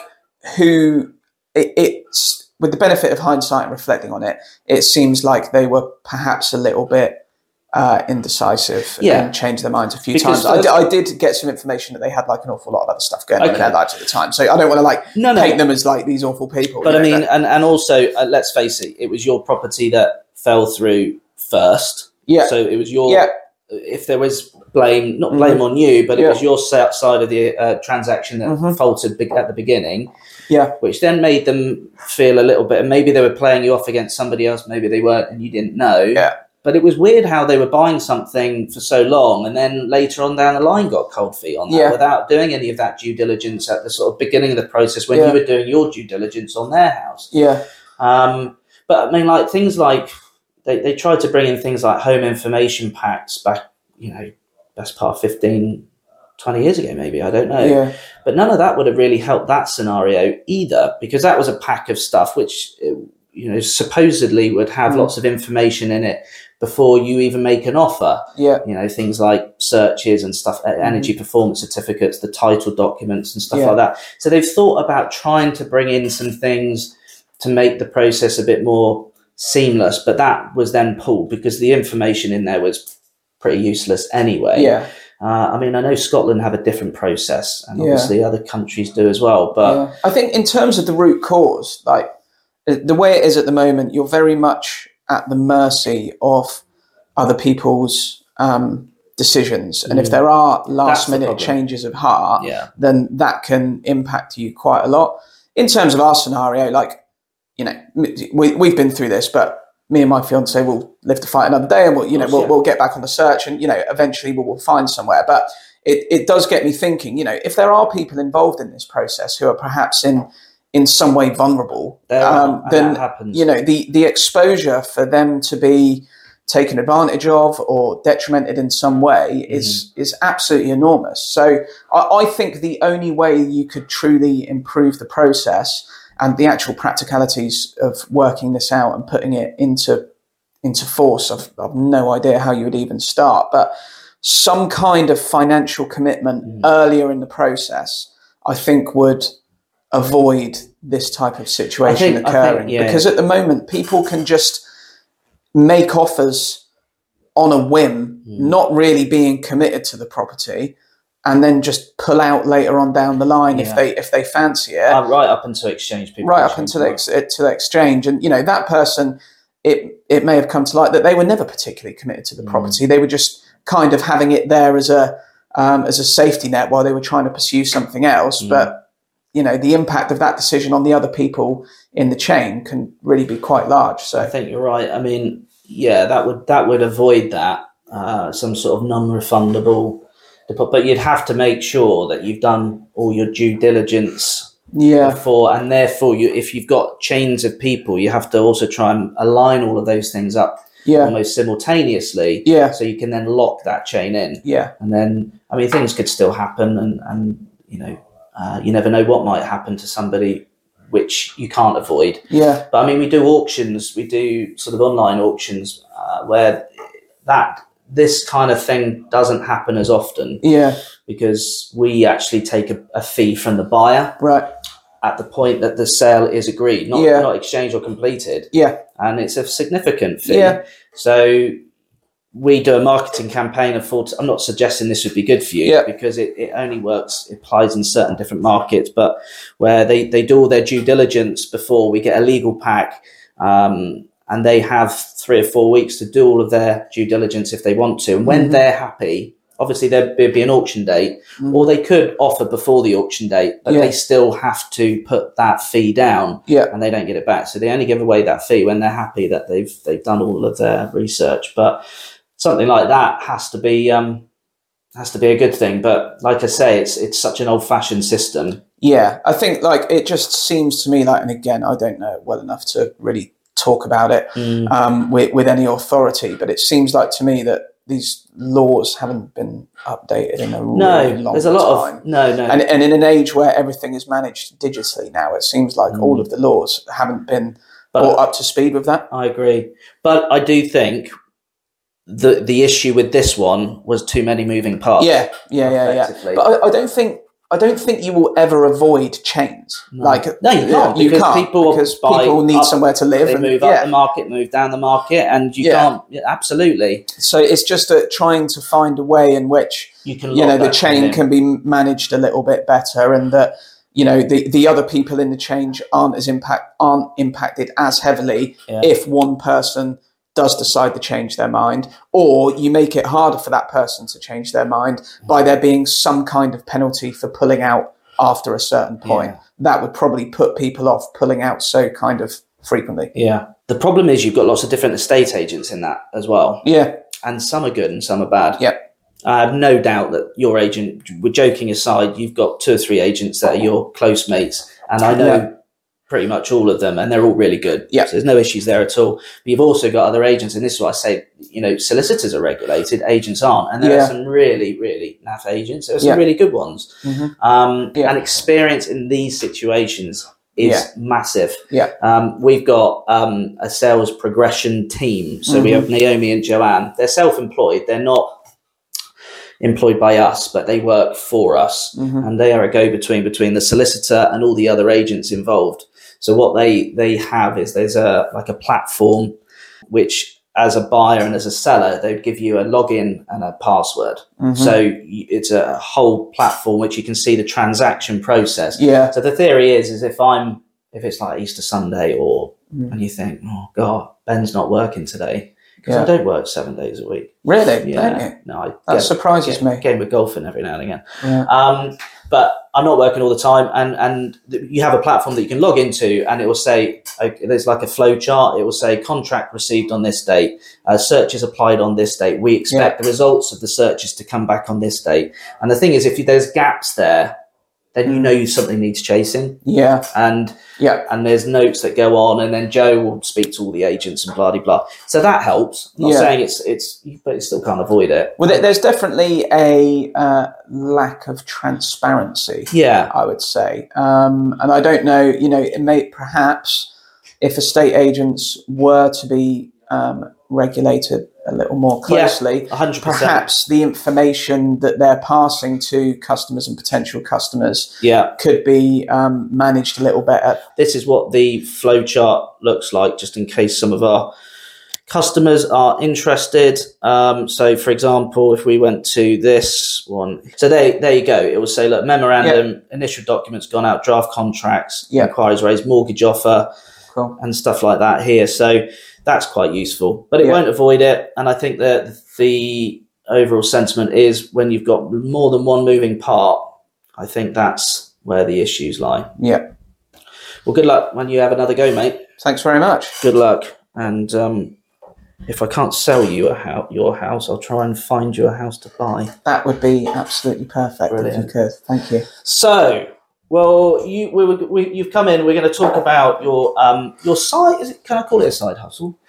Speaker 3: who it, it's with the benefit of hindsight and reflecting on it it seems like they were perhaps a little bit uh, indecisive
Speaker 1: Yeah.
Speaker 3: and changed their minds a few
Speaker 1: Because
Speaker 3: times. I
Speaker 1: that's-
Speaker 3: di- I did get some information that they had like an awful lot of other stuff going on in
Speaker 1: Okay.
Speaker 3: their lives at the time. So I don't want to like
Speaker 1: no, no.
Speaker 3: paint them as like these awful people.
Speaker 1: but
Speaker 3: you
Speaker 1: I
Speaker 3: know,
Speaker 1: mean, and and also, uh, let's face it, it was your property that fell through first.
Speaker 3: yeah,
Speaker 1: So it was your
Speaker 3: yeah,
Speaker 1: if there was blame, not blame on you, but it
Speaker 3: Mm-hmm. Yeah.
Speaker 1: was your sa- side of the uh, transaction that
Speaker 3: Mhm.
Speaker 1: faltered be- at the beginning.
Speaker 3: Yeah.
Speaker 1: Which then made them feel a little bit, and maybe they were playing you off against somebody else, maybe they weren't, and you didn't know.
Speaker 3: Yeah.
Speaker 1: But it was weird how they were buying something for so long, and then later on down the line got cold feet on that
Speaker 3: Yeah.
Speaker 1: without doing any of that due diligence at the sort of beginning of the process when
Speaker 3: Yeah.
Speaker 1: you were doing your due diligence on their house.
Speaker 3: yeah,
Speaker 1: Um, but I mean, like things like they, they tried to bring in things like home information packs back, you know, best part of 15, 20 years ago, maybe. I don't know.
Speaker 3: yeah,
Speaker 1: But none of that would have really helped that scenario either, because that was a pack of stuff which, eh, you know, supposedly would have
Speaker 3: Mm.
Speaker 1: lots of information in it, before you even make an offer.
Speaker 3: Yeah.
Speaker 1: You know, things like searches and stuff, e- energy performance certificates, the title documents and stuff
Speaker 3: Mm. Yeah.
Speaker 1: like that. So they've thought about trying to bring in some things to make the process a bit more seamless, but that was then pulled because the information in there was pretty useless anyway.
Speaker 3: Yeah.
Speaker 1: Uh, I mean, I know Scotland have a different process, and
Speaker 3: Yeah.
Speaker 1: obviously other countries do as well. But
Speaker 3: yeah. I think in terms of the root cause, like uh, the way it is at the moment, you're very much at the mercy of other people's um, decisions, and if there are last minute
Speaker 1: Mm. problem.
Speaker 3: changes of heart,
Speaker 1: yeah,
Speaker 3: then that can impact you quite a lot. In terms of our scenario, like, you know, m- we, we've been through this, but me and my fiance will live to fight another day and we'll, you know,
Speaker 1: course,
Speaker 3: we'll,
Speaker 1: yeah.
Speaker 3: we'll get back on the search and, you know, eventually we'll, we'll find somewhere. But it, it does get me thinking, you know, if there are people involved in this process who are perhaps in, in some way vulnerable,
Speaker 1: there
Speaker 3: um,
Speaker 1: and
Speaker 3: then,
Speaker 1: that happens.
Speaker 3: you know, the, the exposure for them to be taken advantage of or detrimented in some way is
Speaker 1: Mm-hmm.
Speaker 3: is absolutely enormous. So I, I think the only way you could truly improve the process and the actual practicalities of working this out and putting it into into force, I've, I've no idea how you would even start, but some kind of financial commitment
Speaker 1: Mm.
Speaker 3: earlier in the process, I think would avoid this type of
Speaker 1: I
Speaker 3: situation
Speaker 1: think-
Speaker 3: occurring.
Speaker 1: yeah.
Speaker 3: Because at the moment, people can just make offers on a whim,
Speaker 1: Mm.
Speaker 3: not really being committed to the property, and then just pull out later on down the line
Speaker 1: Yeah.
Speaker 3: if they if they fancy it
Speaker 1: Uh, right up until exchange people
Speaker 3: right up
Speaker 1: actually
Speaker 3: until the,
Speaker 1: buy.
Speaker 3: ex- uh, to the exchange. And you know that person, it it may have come to light that they were never particularly committed to the property. They were just kind of having it there as a um, as a safety net while they were trying to pursue something else. But you know the impact of that decision on the other people in the chain can really be quite large.
Speaker 1: I
Speaker 3: So
Speaker 1: think you're right. I mean, yeah, that would that would avoid that uh, some sort of non-refundable deposit, but you'd have to make sure that you've done all your due diligence
Speaker 3: yeah,
Speaker 1: before, and therefore, you if you've got chains of people, you have to also try and align all of those things up
Speaker 3: yeah,
Speaker 1: almost simultaneously,
Speaker 3: Yeah.
Speaker 1: so you can then lock that chain in.
Speaker 3: yeah,
Speaker 1: and then I mean things could still happen, and and you know uh, you never know what might happen to somebody which you can't avoid.
Speaker 3: yeah,
Speaker 1: But I mean we do auctions, we do sort of online auctions uh, where that this kind of thing doesn't happen as often
Speaker 3: yeah.
Speaker 1: because we actually take a, a fee from the buyer
Speaker 3: Right.
Speaker 1: at the point that the sale is agreed, not
Speaker 3: Yeah.
Speaker 1: not exchanged or completed
Speaker 3: Yeah.
Speaker 1: and it's a significant fee.
Speaker 3: Yeah.
Speaker 1: So we do a marketing campaign of 40. I'm not suggesting this would be good for you
Speaker 3: Yeah.
Speaker 1: because it, it only works, it applies in certain different markets, but where they, they do all their due diligence before we get a legal pack. Um, and they have three or four weeks to do all of their due diligence if they want to. And when
Speaker 3: Mm-hmm.
Speaker 1: they're happy, obviously there'd be be an auction date, or they could offer before the auction date, but
Speaker 3: Mm. Yeah.
Speaker 1: they still have to put that fee down
Speaker 3: Yeah.
Speaker 1: and they don't get it back. So they only give away that fee when they're happy that they've they've done all of their research. But something like that has to be um, has to be a good thing. But like I say, it's it's such an old fashioned system.
Speaker 3: Yeah, I think like it just seems to me like, and again, I don't know well enough to really talk about it um, with, with any authority, but it seems like to me that these laws haven't been updated in a
Speaker 1: No,
Speaker 3: really long
Speaker 1: there's a lot
Speaker 3: time.
Speaker 1: of no, no.
Speaker 3: and, and in an age where everything is managed digitally now, it seems like all of the laws haven't been
Speaker 1: Mm. But-
Speaker 3: brought up to speed with that.
Speaker 1: I agree, but I do think the the issue with this one was too many moving parts.
Speaker 3: Yeah, yeah, yeah, yeah.
Speaker 1: Effectively.
Speaker 3: But I, I don't think I don't think you will ever avoid chains. Like
Speaker 1: No, you can't, because people
Speaker 3: because
Speaker 1: buy
Speaker 3: people need
Speaker 1: up,
Speaker 3: somewhere to live.
Speaker 1: They
Speaker 3: and,
Speaker 1: move
Speaker 3: yeah.
Speaker 1: up the market, move down the market, and you
Speaker 3: Yeah.
Speaker 1: can't. yeah, Absolutely,
Speaker 3: So it's just a, trying to find a way in which
Speaker 1: you can.
Speaker 3: you
Speaker 1: lock
Speaker 3: know the
Speaker 1: that
Speaker 3: chain
Speaker 1: in.
Speaker 3: can be managed a little bit better, and that you know the, the other people in the chain aren't as impact aren't impacted as heavily
Speaker 1: Yeah.
Speaker 3: if one person does decide to change their mind, or you make it harder for that person to change their mind by there being some kind of penalty for pulling out after a certain point.
Speaker 1: Yeah.
Speaker 3: That would probably put people off pulling out so kind of frequently.
Speaker 1: Yeah. The problem is you've got lots of different estate agents in that as well,
Speaker 3: Yeah,
Speaker 1: and some are good and some are bad.
Speaker 3: yeah,
Speaker 1: I have no doubt that your agent, we're joking aside, you've got two or three agents that are your close mates, and I know
Speaker 3: Yeah.
Speaker 1: pretty much all of them, and they're all really good.
Speaker 3: Yeah.
Speaker 1: So there's no issues there at all. But you've also got other agents, and this is why I say, you know, solicitors are regulated, agents aren't, and there
Speaker 3: Yeah.
Speaker 1: are some really, really naff agents. There are some
Speaker 3: Yeah.
Speaker 1: really good ones.
Speaker 3: Mhm.
Speaker 1: Um,
Speaker 3: Yeah.
Speaker 1: And experience in these situations is
Speaker 3: Yeah.
Speaker 1: massive.
Speaker 3: Yeah.
Speaker 1: Um, we've got um, a sales progression team. So we have Naomi and Joanne. They're self employed, they're not employed by us, but they work for us.
Speaker 3: Mhm.
Speaker 1: And they are a go between between the solicitor and all the other agents involved. So what they they have is there's a like a platform which as a buyer and as a seller, they'd give you a login and a password.
Speaker 3: Mhm.
Speaker 1: So you, it's a whole platform which you can see the transaction process.
Speaker 3: yeah,
Speaker 1: So the theory is, is if I'm, if it's like Easter Sunday or,
Speaker 3: Mm.
Speaker 1: and you think, oh God, Ben's not working today because I
Speaker 3: Yeah.
Speaker 1: don't work seven days a week.
Speaker 3: really, don't
Speaker 1: Yeah,
Speaker 3: you?
Speaker 1: no, I
Speaker 3: That
Speaker 1: get-
Speaker 3: surprises
Speaker 1: get-
Speaker 3: me.
Speaker 1: Game of golfing every now and again.
Speaker 3: Yeah.
Speaker 1: Um, but I'm not working all the time, and and th- you have a platform that you can log into, and it will say okay, there's like a flow chart. It will say contract received on this date, uh, searches applied on this date. We expect the results of the searches to come back on this date. And the thing is, if you, there's gaps there, then
Speaker 3: Mm.
Speaker 1: you know you, something needs chasing,
Speaker 3: Yeah,
Speaker 1: and
Speaker 3: yeah,
Speaker 1: and there's notes that go on, and then Joe will speak to all the agents and blah de blah. So that helps. I'm not
Speaker 3: Yeah.
Speaker 1: saying it's it's, but you still can't avoid it.
Speaker 3: well, there- there's definitely a uh, lack of transparency.
Speaker 1: Yeah.
Speaker 3: I would say. Um, and I don't know, you know, it may perhaps if estate agents were to be um, regulated a little more closely,
Speaker 1: 100%.
Speaker 3: perhaps the information that they're passing to customers and potential customers
Speaker 1: Yeah.
Speaker 3: could be um, managed a little better.
Speaker 1: this is what the flow chart looks like just in case some of our customers are interested um, so for example if we went to this one so there, there you go it will say look memorandum initial documents gone out draft contracts
Speaker 3: Yeah.
Speaker 1: inquiries raised mortgage offer
Speaker 3: Cool.
Speaker 1: and stuff like that here so that's quite useful but it
Speaker 3: Yeah.
Speaker 1: won't avoid it and i think that the overall sentiment is when you've got more than one moving part i think that's where the issues lie
Speaker 3: Yeah.
Speaker 1: well, good luck when you have another go, mate.
Speaker 3: Thanks very much.
Speaker 1: Good luck. And um, if I can't sell you a hou- your house, I'll try and find you a house to buy.
Speaker 3: That would be absolutely perfect if
Speaker 1: Brilliant.
Speaker 3: you could. Thank you.
Speaker 1: So, well, you we, were- we, you've come in. We're going to talk about your um, your side. Is it? Can I call it a side hustle?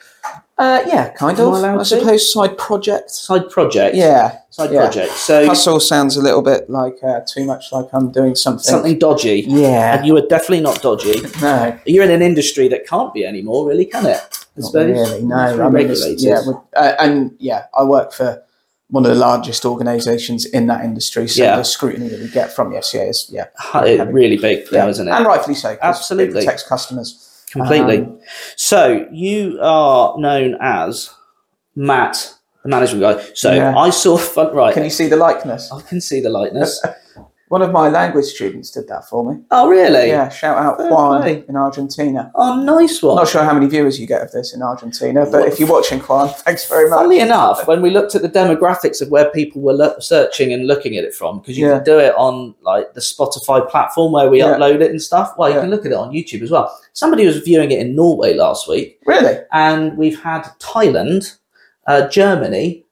Speaker 3: Uh, yeah, kind
Speaker 1: Am I
Speaker 3: of.
Speaker 1: allowed to?
Speaker 3: I suppose side projects.
Speaker 1: Side project.
Speaker 3: Yeah.
Speaker 1: Side
Speaker 3: yeah.
Speaker 1: project. So
Speaker 3: Hustle sounds a little bit like uh, too much like I'm doing something.
Speaker 1: something dodgy.
Speaker 3: Yeah.
Speaker 1: And you are definitely not dodgy.
Speaker 3: No,
Speaker 1: You're in an industry that can't be anymore, really, can it? I
Speaker 3: not
Speaker 1: suppose.
Speaker 3: really. No,
Speaker 1: It's very
Speaker 3: I mean, it's-
Speaker 1: regulated.
Speaker 3: yeah, with- uh, and yeah, I work for one of the largest organisations in that industry, so
Speaker 1: Yeah.
Speaker 3: the scrutiny that we get from the FCA is yeah,
Speaker 1: It's really big now, isn't it?
Speaker 3: and rightfully so. 'cause
Speaker 1: Absolutely.
Speaker 3: it protects customers.
Speaker 1: Completely.
Speaker 3: Um,
Speaker 1: So you are known as Matt, the management guy. So
Speaker 3: Yeah.
Speaker 1: I saw fun right.
Speaker 3: Can you see the likeness?
Speaker 1: I can see the likeness.
Speaker 3: One of my language students did that for me.
Speaker 1: oh really?
Speaker 3: Yeah, shout out
Speaker 1: Fair
Speaker 3: Juan
Speaker 1: play.
Speaker 3: in Argentina.
Speaker 1: Oh, nice one.
Speaker 3: Not sure how many viewers you get of this in Argentina, but
Speaker 1: What-
Speaker 3: if you're watching Juan, [LAUGHS] thanks very much.
Speaker 1: Funnily enough, when we looked at the demographics of where people were lo- searching and looking at it from, because you
Speaker 3: Yeah.
Speaker 1: can do it on like the Spotify platform where we
Speaker 3: Yeah.
Speaker 1: upload it and stuff. Well, you
Speaker 3: Yeah.
Speaker 1: can look at it on YouTube as well. Somebody was viewing it in Norway last week,
Speaker 3: Really?
Speaker 1: and we've had Thailand, uh, Germany.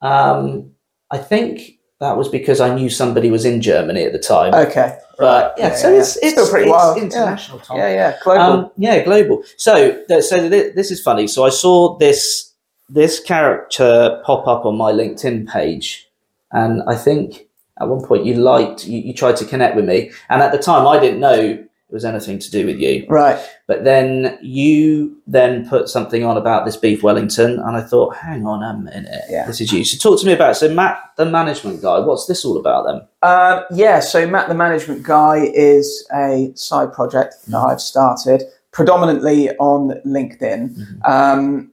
Speaker 1: Um, I think that was because I knew somebody was in Germany at the time.
Speaker 3: Okay.
Speaker 1: But yeah, so it's it's,
Speaker 3: still pretty
Speaker 1: it's
Speaker 3: wild.
Speaker 1: international. Tom.
Speaker 3: Yeah, yeah, yeah. global.
Speaker 1: Um, yeah, global. So th- so th- this is funny. So I saw this this character pop up on my LinkedIn page, and I think at one point you liked you, you tried to connect with me, and at the time I didn't know it was anything to do with you.
Speaker 3: right.
Speaker 1: But then you then put something on about this beef Wellington, and I thought, hang on a minute,
Speaker 3: Yeah.
Speaker 1: this is you. So talk to me about it. so Matt, the management guy. What's this all about then?
Speaker 3: Um, yeah, so Matt the Management Guy is a side project that I've started predominantly on LinkedIn. Um,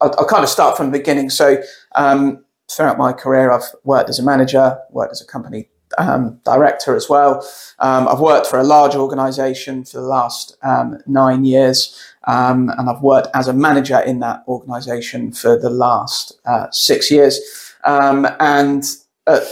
Speaker 3: I'll, I'll kind of start from the beginning. So um, throughout my career, I've worked as a manager, worked as a company um, director as well. Um, I've worked for a large organisation for the last um, nine years, um, and I've worked as a manager in that organisation for the last uh, six years. Um, and at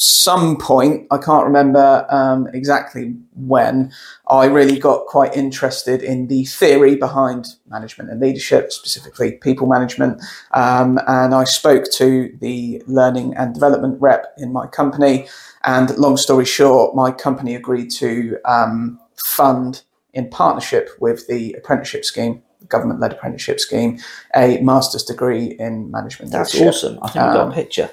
Speaker 3: some point, I can't remember um, exactly when, I really got quite interested in the theory behind management and leadership, specifically people management. Um, and I spoke to the learning and development rep in my company. And long story short, my company agreed to um, fund in partnership with the apprenticeship scheme government led apprenticeship scheme, a master's degree in management.
Speaker 1: That's
Speaker 3: leadership.
Speaker 1: awesome. I think we got a
Speaker 3: Um,
Speaker 1: picture.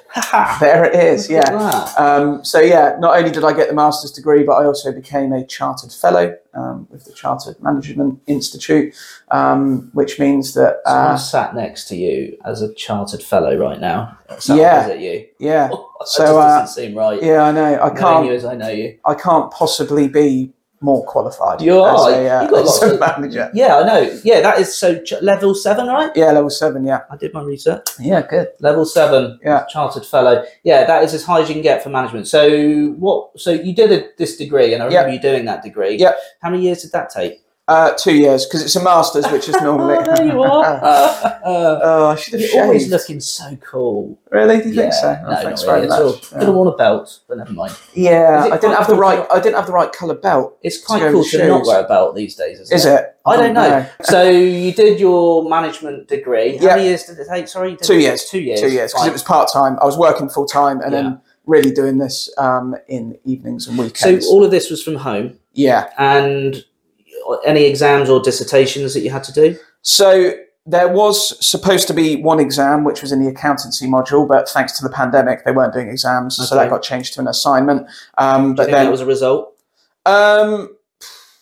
Speaker 3: There it is,
Speaker 1: Look at
Speaker 3: yeah.
Speaker 1: that.
Speaker 3: Um, so yeah, not only did I get the master's degree, but I also became a chartered fellow um, with the Chartered Management Institute, um, which means that
Speaker 1: Someone
Speaker 3: uh,
Speaker 1: sat next to you as a chartered fellow right now. Someone
Speaker 3: Yeah.
Speaker 1: is at you. [LAUGHS]
Speaker 3: yeah,
Speaker 1: That
Speaker 3: So,
Speaker 1: just
Speaker 3: uh,
Speaker 1: doesn't seem right.
Speaker 3: yeah, I know. I
Speaker 1: Knowing
Speaker 3: can't,
Speaker 1: you as I know you.
Speaker 3: I can't possibly be more qualified.
Speaker 1: You
Speaker 3: as
Speaker 1: are.
Speaker 3: a, uh,
Speaker 1: you got
Speaker 3: as
Speaker 1: lots
Speaker 3: a
Speaker 1: of-
Speaker 3: manager.
Speaker 1: Yeah, I know. Yeah, that is so ch- level seven, right?
Speaker 3: Yeah, level seven. Yeah,
Speaker 1: I did my research.
Speaker 3: yeah, good.
Speaker 1: Level seven,
Speaker 3: Yeah.
Speaker 1: chartered fellow. Yeah, that is as high as you can get for management. So what? So you did a, this degree, and I remember you doing that degree.
Speaker 3: Yeah.
Speaker 1: How many years did that take?
Speaker 3: [LAUGHS] Uh, two years because it's a master's,
Speaker 1: [LAUGHS]
Speaker 3: which is normally.
Speaker 1: oh, there you are. [LAUGHS] Uh,
Speaker 3: [LAUGHS] oh, I should have
Speaker 1: you're always
Speaker 3: shaved.
Speaker 1: looking so cool.
Speaker 3: really? Do you think so?
Speaker 1: No,
Speaker 3: Oh,
Speaker 1: not
Speaker 3: thanks
Speaker 1: really
Speaker 3: very
Speaker 1: at
Speaker 3: much.
Speaker 1: all.
Speaker 3: Yeah.
Speaker 1: Could have worn a belt, but never mind. Is
Speaker 3: Yeah,
Speaker 1: it
Speaker 3: I didn't
Speaker 1: quite
Speaker 3: have the
Speaker 1: cool
Speaker 3: right.
Speaker 1: to-
Speaker 3: I didn't have the right color belt.
Speaker 1: It's quite
Speaker 3: go
Speaker 1: cool
Speaker 3: with
Speaker 1: to not
Speaker 3: shoes.
Speaker 1: wear a belt these days, isn't
Speaker 3: Is it? Oh,
Speaker 1: I don't know. so you did your management degree. How
Speaker 3: Yeah.
Speaker 1: many years did it take? Sorry, you did
Speaker 3: Two
Speaker 1: it-
Speaker 3: years.
Speaker 1: Two years.
Speaker 3: Two years because
Speaker 1: Fine.
Speaker 3: it was part time. I was working full time and
Speaker 1: Yeah.
Speaker 3: then really doing this um, in evenings and
Speaker 1: so
Speaker 3: weekends.
Speaker 1: all of this was from home,
Speaker 3: yeah.
Speaker 1: and any exams or dissertations that you had to do.
Speaker 3: So there was supposed to be one exam, which was in the accountancy module, but thanks to the pandemic, they weren't doing exams, so
Speaker 1: Okay.
Speaker 3: that got changed to an assignment. Um,
Speaker 1: Do you
Speaker 3: but
Speaker 1: think that
Speaker 3: then,
Speaker 1: was a result.
Speaker 3: um,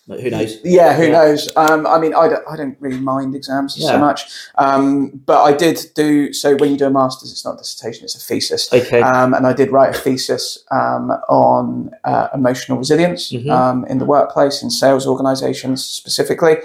Speaker 1: But who knows?
Speaker 3: Yeah, who
Speaker 1: Yeah.
Speaker 3: knows? Um, I mean, I don't, I don't really mind exams
Speaker 1: Yeah.
Speaker 3: so much, um, but I did do so. When you do a master's, it's not a dissertation; it's a thesis.
Speaker 1: Okay.
Speaker 3: Um, and I did write a thesis um, on uh, emotional resilience
Speaker 1: Mhm.
Speaker 3: um, in the workplace, in sales organizations specifically.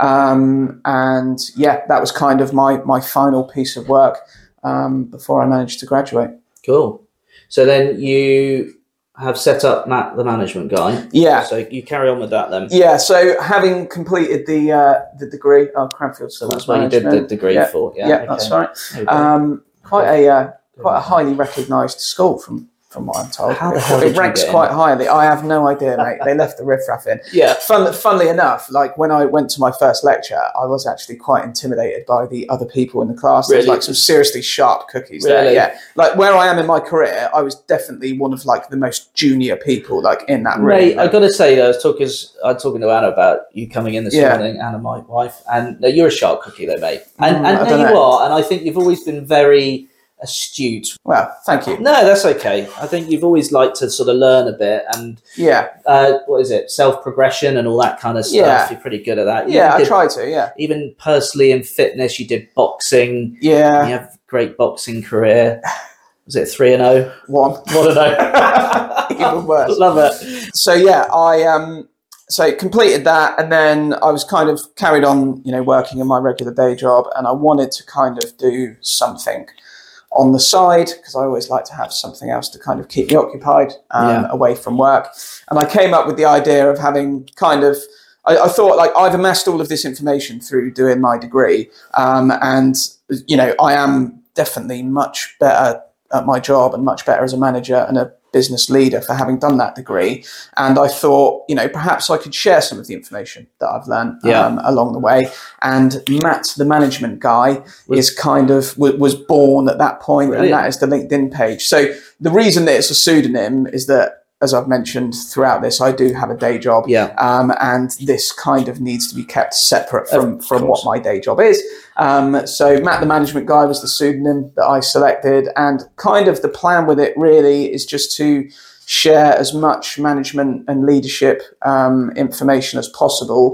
Speaker 3: Um, and yeah, that was kind of my, my final piece of work um, before I managed to graduate.
Speaker 1: cool. So then you have set up Matt, the management guy.
Speaker 3: Yeah.
Speaker 1: So you carry on with that then.
Speaker 3: Yeah, so having completed the uh, the degree, oh, Cranfield
Speaker 1: So that's where you did the degree
Speaker 3: Yeah,
Speaker 1: for. Yeah.
Speaker 3: Yeah, that's right.
Speaker 1: right.
Speaker 3: Um, quite a uh, quite a highly recognised school from from what I'm told.
Speaker 1: How the
Speaker 3: It-
Speaker 1: hell did
Speaker 3: it
Speaker 1: you
Speaker 3: ranks
Speaker 1: get in?
Speaker 3: quite highly. I have no idea, mate. they left the riffraff in.
Speaker 1: yeah.
Speaker 3: Fun, funnily enough, like when I went to my first lecture, I was actually quite intimidated by the other people in the class. There's
Speaker 1: Really?
Speaker 3: like some seriously sharp cookies there.
Speaker 1: Really?
Speaker 3: Yeah, like where I am in my career, I was definitely one of like the most junior people like in that room.
Speaker 1: Mate, I gotta say, though, I was talking, I was talking to Anna about you coming in this
Speaker 3: Yeah.
Speaker 1: morning, Anna, my wife, and no, you're a sharp cookie, though, mate. And,
Speaker 3: Mm, I
Speaker 1: and there
Speaker 3: don't
Speaker 1: you
Speaker 3: know.
Speaker 1: are, and I think you've always been very astute.
Speaker 3: well, thank you.
Speaker 1: No, that's okay. I think you've always liked to sort of learn a bit and
Speaker 3: Yeah,
Speaker 1: uh, what is it, self progression and all that kind of stuff.
Speaker 3: Yeah.
Speaker 1: You're pretty good at that. You
Speaker 3: yeah, I
Speaker 1: did-
Speaker 3: try to. Yeah,
Speaker 1: Even personally in fitness, you did boxing.
Speaker 3: yeah,
Speaker 1: You have a great boxing career. Was it three and oh? zero?
Speaker 3: one
Speaker 1: One and zero.
Speaker 3: [LAUGHS] even worse.
Speaker 1: Love it.
Speaker 3: so yeah, I um so completed that and then I was kind of carried on, you know, working in my regular day job and I wanted to kind of do something on the side because I always like to have something else to kind of keep me occupied um,
Speaker 1: Yeah.
Speaker 3: away from work. And I came up with the idea of having kind of I, I thought like I've amassed all of this information through doing my degree, um, and you know I am definitely much better at my job and much better as a manager and a business leader for having done that degree. And I thought, you know, perhaps I could share some of the information that I've learned
Speaker 1: Yeah.
Speaker 3: um, along the way. And Matt, the management guy,
Speaker 1: Was-
Speaker 3: is kind of w- was born at that point, and
Speaker 1: Brilliant.
Speaker 3: that is the LinkedIn page. So the reason that it's a pseudonym is that, as I've mentioned throughout this, I do have a day job
Speaker 1: Yeah.
Speaker 3: um, and this kind of needs to be kept separate from,
Speaker 1: Of
Speaker 3: from
Speaker 1: course.
Speaker 3: what my day job is. Um, so Matt, the management guy, was the pseudonym that I selected, and kind of the plan with it really is just to share as much management and leadership um, information as possible.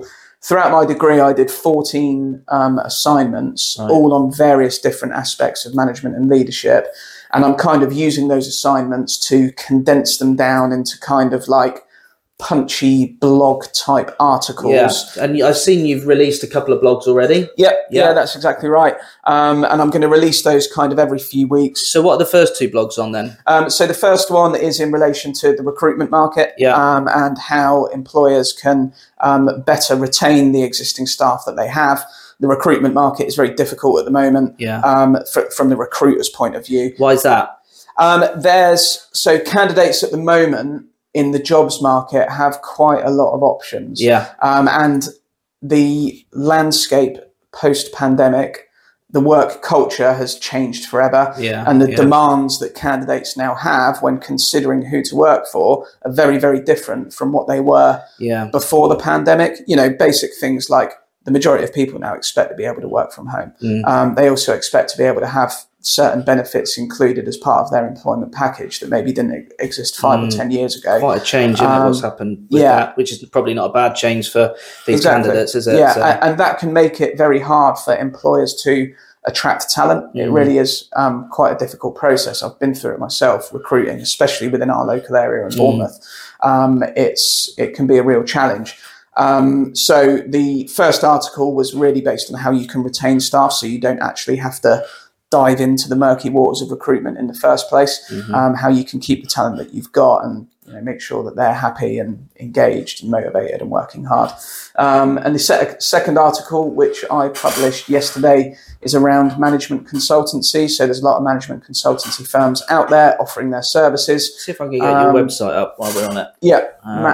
Speaker 3: Throughout my degree, I did 14 um, assignments,
Speaker 1: Right.
Speaker 3: all on various different aspects of management and leadership. And I'm kind of using those assignments to condense them down into kind of like punchy blog type articles.
Speaker 1: Yeah, and I've seen you've released a couple of blogs already.
Speaker 3: Yep,
Speaker 1: Yeah.
Speaker 3: yeah. that's exactly right. Um, and I'm going to release those kind of every few weeks.
Speaker 1: So what are the first two blogs on then?
Speaker 3: Um, so the first one is in relation to the recruitment market
Speaker 1: Yeah.
Speaker 3: um, and how employers can um, better retain the existing staff that they have. The recruitment market is very difficult at the moment
Speaker 1: Yeah.
Speaker 3: um, fr- from the recruiter's point of view.
Speaker 1: Why is that?
Speaker 3: Um, there's so candidates at the moment in the jobs market have quite a lot of options.
Speaker 1: Yeah.
Speaker 3: Um, and the landscape post pandemic, the work culture has changed forever.
Speaker 1: Yeah.
Speaker 3: And the
Speaker 1: yeah.
Speaker 3: demands that candidates now have when considering who to work for are very, very different from what they were
Speaker 1: Yeah.
Speaker 3: before the pandemic. You know, basic things like the majority of people now expect to be able to work from home.
Speaker 1: Mm.
Speaker 3: Um, they also expect to be able to have certain benefits included as part of their employment package that maybe didn't exist five or
Speaker 1: Mm.
Speaker 3: ten years ago.
Speaker 1: Quite a change in
Speaker 3: Um,
Speaker 1: what's happened with
Speaker 3: yeah.
Speaker 1: that, which is probably not a bad change for these
Speaker 3: Exactly.
Speaker 1: candidates, is it?
Speaker 3: Yeah,
Speaker 1: So-
Speaker 3: a- and that can make it very hard for employers to attract talent. It
Speaker 1: Mm.
Speaker 3: really is um, quite a difficult process. I've been through it myself, recruiting, especially within our local area
Speaker 1: Mm.
Speaker 3: in Bournemouth. Um, it's it can be a real challenge. Um, so the first article was really based on how you can retain staff, so you don't actually have to dive into the murky waters of recruitment in the first place.
Speaker 1: Mhm.
Speaker 3: Um, how you can keep the talent that you've got and you know, make sure that they're happy and engaged and motivated and working hard. Um, and the sec- second article, which I published yesterday, is around management consultancy. So there's a lot of management consultancy firms out there offering their services.
Speaker 1: See if I can get your
Speaker 3: Um,
Speaker 1: website up while we're on it.
Speaker 3: Yeah,
Speaker 1: Uh,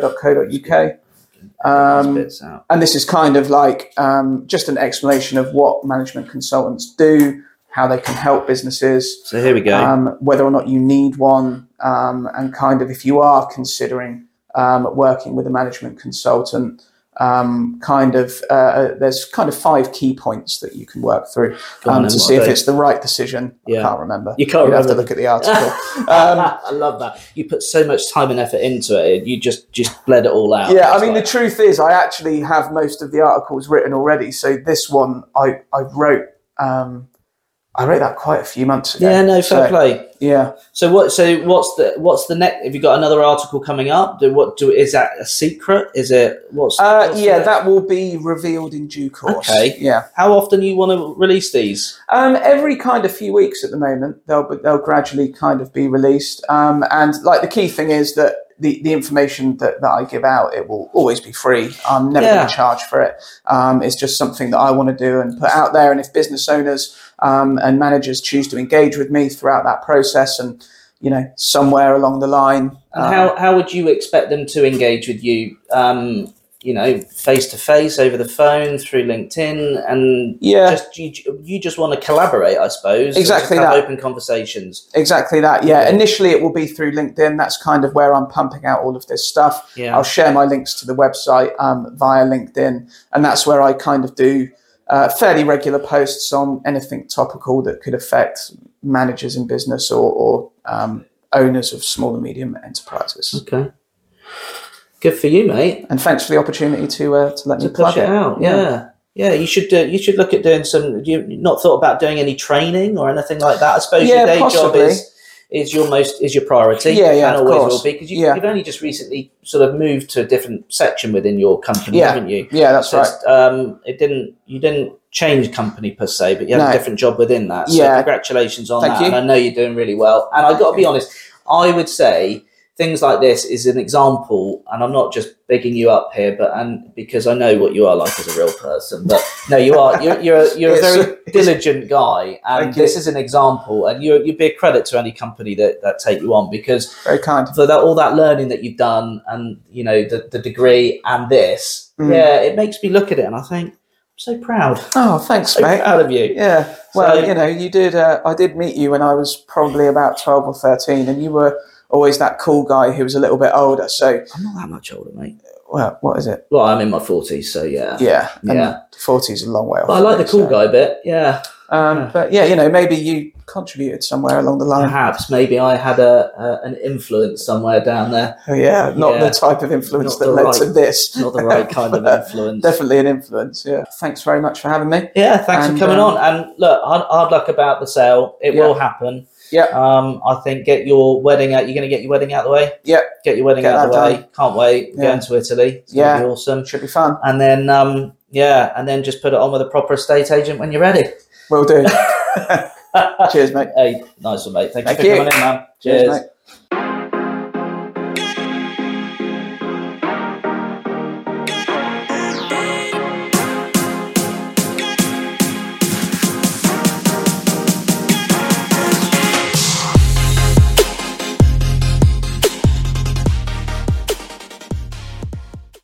Speaker 3: matmanager.co.uk.
Speaker 1: These
Speaker 3: Um,
Speaker 1: bits out.
Speaker 3: and this is kind of like um, just an explanation of what management consultants do, how they can help businesses,
Speaker 1: So here we go.
Speaker 3: um, whether or not you need one, um, and kind of if you are considering um, working with a management consultant, um, kind of uh, uh, there's kind of five key points that you can work through
Speaker 1: Go on
Speaker 3: um,
Speaker 1: then,
Speaker 3: to
Speaker 1: what
Speaker 3: see
Speaker 1: are
Speaker 3: if
Speaker 1: they?
Speaker 3: it's the right decision.
Speaker 1: Yeah.
Speaker 3: I can't remember.
Speaker 1: You can't
Speaker 3: You'd have to
Speaker 1: remember. [LAUGHS]
Speaker 3: look at the article. um,
Speaker 1: [LAUGHS] I love that. You put so much time and effort into it. You just just bled it all out.
Speaker 3: yeah, I
Speaker 1: It's
Speaker 3: mean
Speaker 1: like-
Speaker 3: the truth is I actually have most of the articles written already. So this one I I wrote. Um, I wrote that quite a few months ago.
Speaker 1: yeah, no, fair
Speaker 3: So,
Speaker 1: play.
Speaker 3: Yeah.
Speaker 1: So what? So what's the what's the next? Have you got another article coming up? Do what? Do is that a secret? Is it what's?
Speaker 3: Uh,
Speaker 1: what's
Speaker 3: yeah,
Speaker 1: the-
Speaker 3: that will be revealed in due course.
Speaker 1: Okay.
Speaker 3: Yeah.
Speaker 1: How often you want to release these?
Speaker 3: Um, every kind of few weeks at the moment, they'll they'll gradually kind of be released. Um, and like the key thing is that the, the information that, that I give out, it will always be free. I'm never
Speaker 1: Yeah.
Speaker 3: going to charge for it. Um, it's just something that I want to do and put out there. And if business owners um, and managers choose to engage with me throughout that process, and you know somewhere along the line,
Speaker 1: And
Speaker 3: um,
Speaker 1: how how would you expect them to engage with you? Um, you know, face to face, over the phone, through LinkedIn, and
Speaker 3: yeah,
Speaker 1: just you, you just want to collaborate, I suppose. and
Speaker 3: Exactly
Speaker 1: just have
Speaker 3: that.
Speaker 1: open conversations.
Speaker 3: exactly that. Yeah, initially it will be through LinkedIn. That's kind of where I'm pumping out all of this stuff.
Speaker 1: Yeah.
Speaker 3: I'll share my links to the website um, via LinkedIn, and that's where I kind of do uh, fairly regular posts on anything topical that could affect managers in business or, or um, owners of small and medium enterprises.
Speaker 1: okay. Good for you, mate.
Speaker 3: And thanks for the opportunity to uh, to let
Speaker 1: to
Speaker 3: me plug
Speaker 1: push it out. Yeah. yeah. you should do. You should look at doing some. You not thought about doing any training or anything like that. I suppose
Speaker 3: Yeah,
Speaker 1: your day
Speaker 3: possibly.
Speaker 1: job is is your most is your priority.
Speaker 3: Yeah, yeah,
Speaker 1: and
Speaker 3: of
Speaker 1: always
Speaker 3: course.
Speaker 1: will be because you,
Speaker 3: Yeah.
Speaker 1: you've only just recently sort of moved to a different section within your company,
Speaker 3: Yeah.
Speaker 1: haven't you?
Speaker 3: Yeah, that's
Speaker 1: So
Speaker 3: right.
Speaker 1: it's, um, it didn't you didn't change company per se, but you had a
Speaker 3: No.
Speaker 1: different job within that. So
Speaker 3: Yeah.
Speaker 1: congratulations on
Speaker 3: Thank
Speaker 1: that.
Speaker 3: you.
Speaker 1: And I know you're doing really well. And I got to be honest, I would say things like this is an example, and I'm not just bigging you up here, but and because I know what you are like as a real person, but [LAUGHS] no, you are you're you're a, you're a
Speaker 3: It's-
Speaker 1: very diligent guy, and
Speaker 3: Thank you.
Speaker 1: this is an example, and you you'd be a credit to any company that that take you on because
Speaker 3: Very kind.
Speaker 1: for that all that learning that you've done and you know the, the degree and this
Speaker 3: Mm.
Speaker 1: yeah it makes me look at it and i think i'm so proud
Speaker 3: Oh, thanks,
Speaker 1: so
Speaker 3: mate.
Speaker 1: proud of you
Speaker 3: Yeah. Well,
Speaker 1: So-
Speaker 3: you know, you did. Uh, I did meet you when I was probably about twelve or thirteen, and you were always that cool guy who was a little bit older. So,
Speaker 1: i'm not that much older mate
Speaker 3: well, what is it?
Speaker 1: well i'm in my 40s so yeah
Speaker 3: Yeah. And
Speaker 1: Yeah.
Speaker 3: 40 is a long way off.
Speaker 1: but i like the cool
Speaker 3: so-
Speaker 1: guy bit yeah
Speaker 3: Um,
Speaker 1: Yeah. Uh-huh.
Speaker 3: But yeah, you know, maybe you contributed somewhere along the line.
Speaker 1: perhaps maybe i had a, a an influence somewhere down there
Speaker 3: Oh, yeah, not
Speaker 1: Yeah.
Speaker 3: the type of influence
Speaker 1: Not
Speaker 3: that
Speaker 1: the
Speaker 3: led
Speaker 1: right-
Speaker 3: to this.
Speaker 1: not the right kind
Speaker 3: [LAUGHS]
Speaker 1: of
Speaker 3: But
Speaker 1: influence
Speaker 3: Definitely an influence. Yeah. Thanks very much for having me.
Speaker 1: yeah thanks
Speaker 3: And,
Speaker 1: for coming
Speaker 3: um,
Speaker 1: on and look hard, hard luck about the sale it
Speaker 3: Yeah.
Speaker 1: will happen
Speaker 3: Yeah.
Speaker 1: um, I think get your wedding out. You're going to get your wedding out of the way.
Speaker 3: Yeah.
Speaker 1: Get your wedding
Speaker 3: Get
Speaker 1: out of the
Speaker 3: that
Speaker 1: way. Can't wait.
Speaker 3: Yeah.
Speaker 1: Going to Italy. It's
Speaker 3: Yeah.
Speaker 1: Gonna be awesome.
Speaker 3: Should be fun.
Speaker 1: and then um, yeah, and then just put it on with a proper estate agent when you're ready. [LAUGHS]
Speaker 3: Will do. Cheers, mate.
Speaker 1: Hey, nice one, mate. Thanks
Speaker 3: Thank
Speaker 1: for
Speaker 3: you.
Speaker 1: coming in, man.
Speaker 3: Cheers,
Speaker 1: Cheers.
Speaker 3: mate.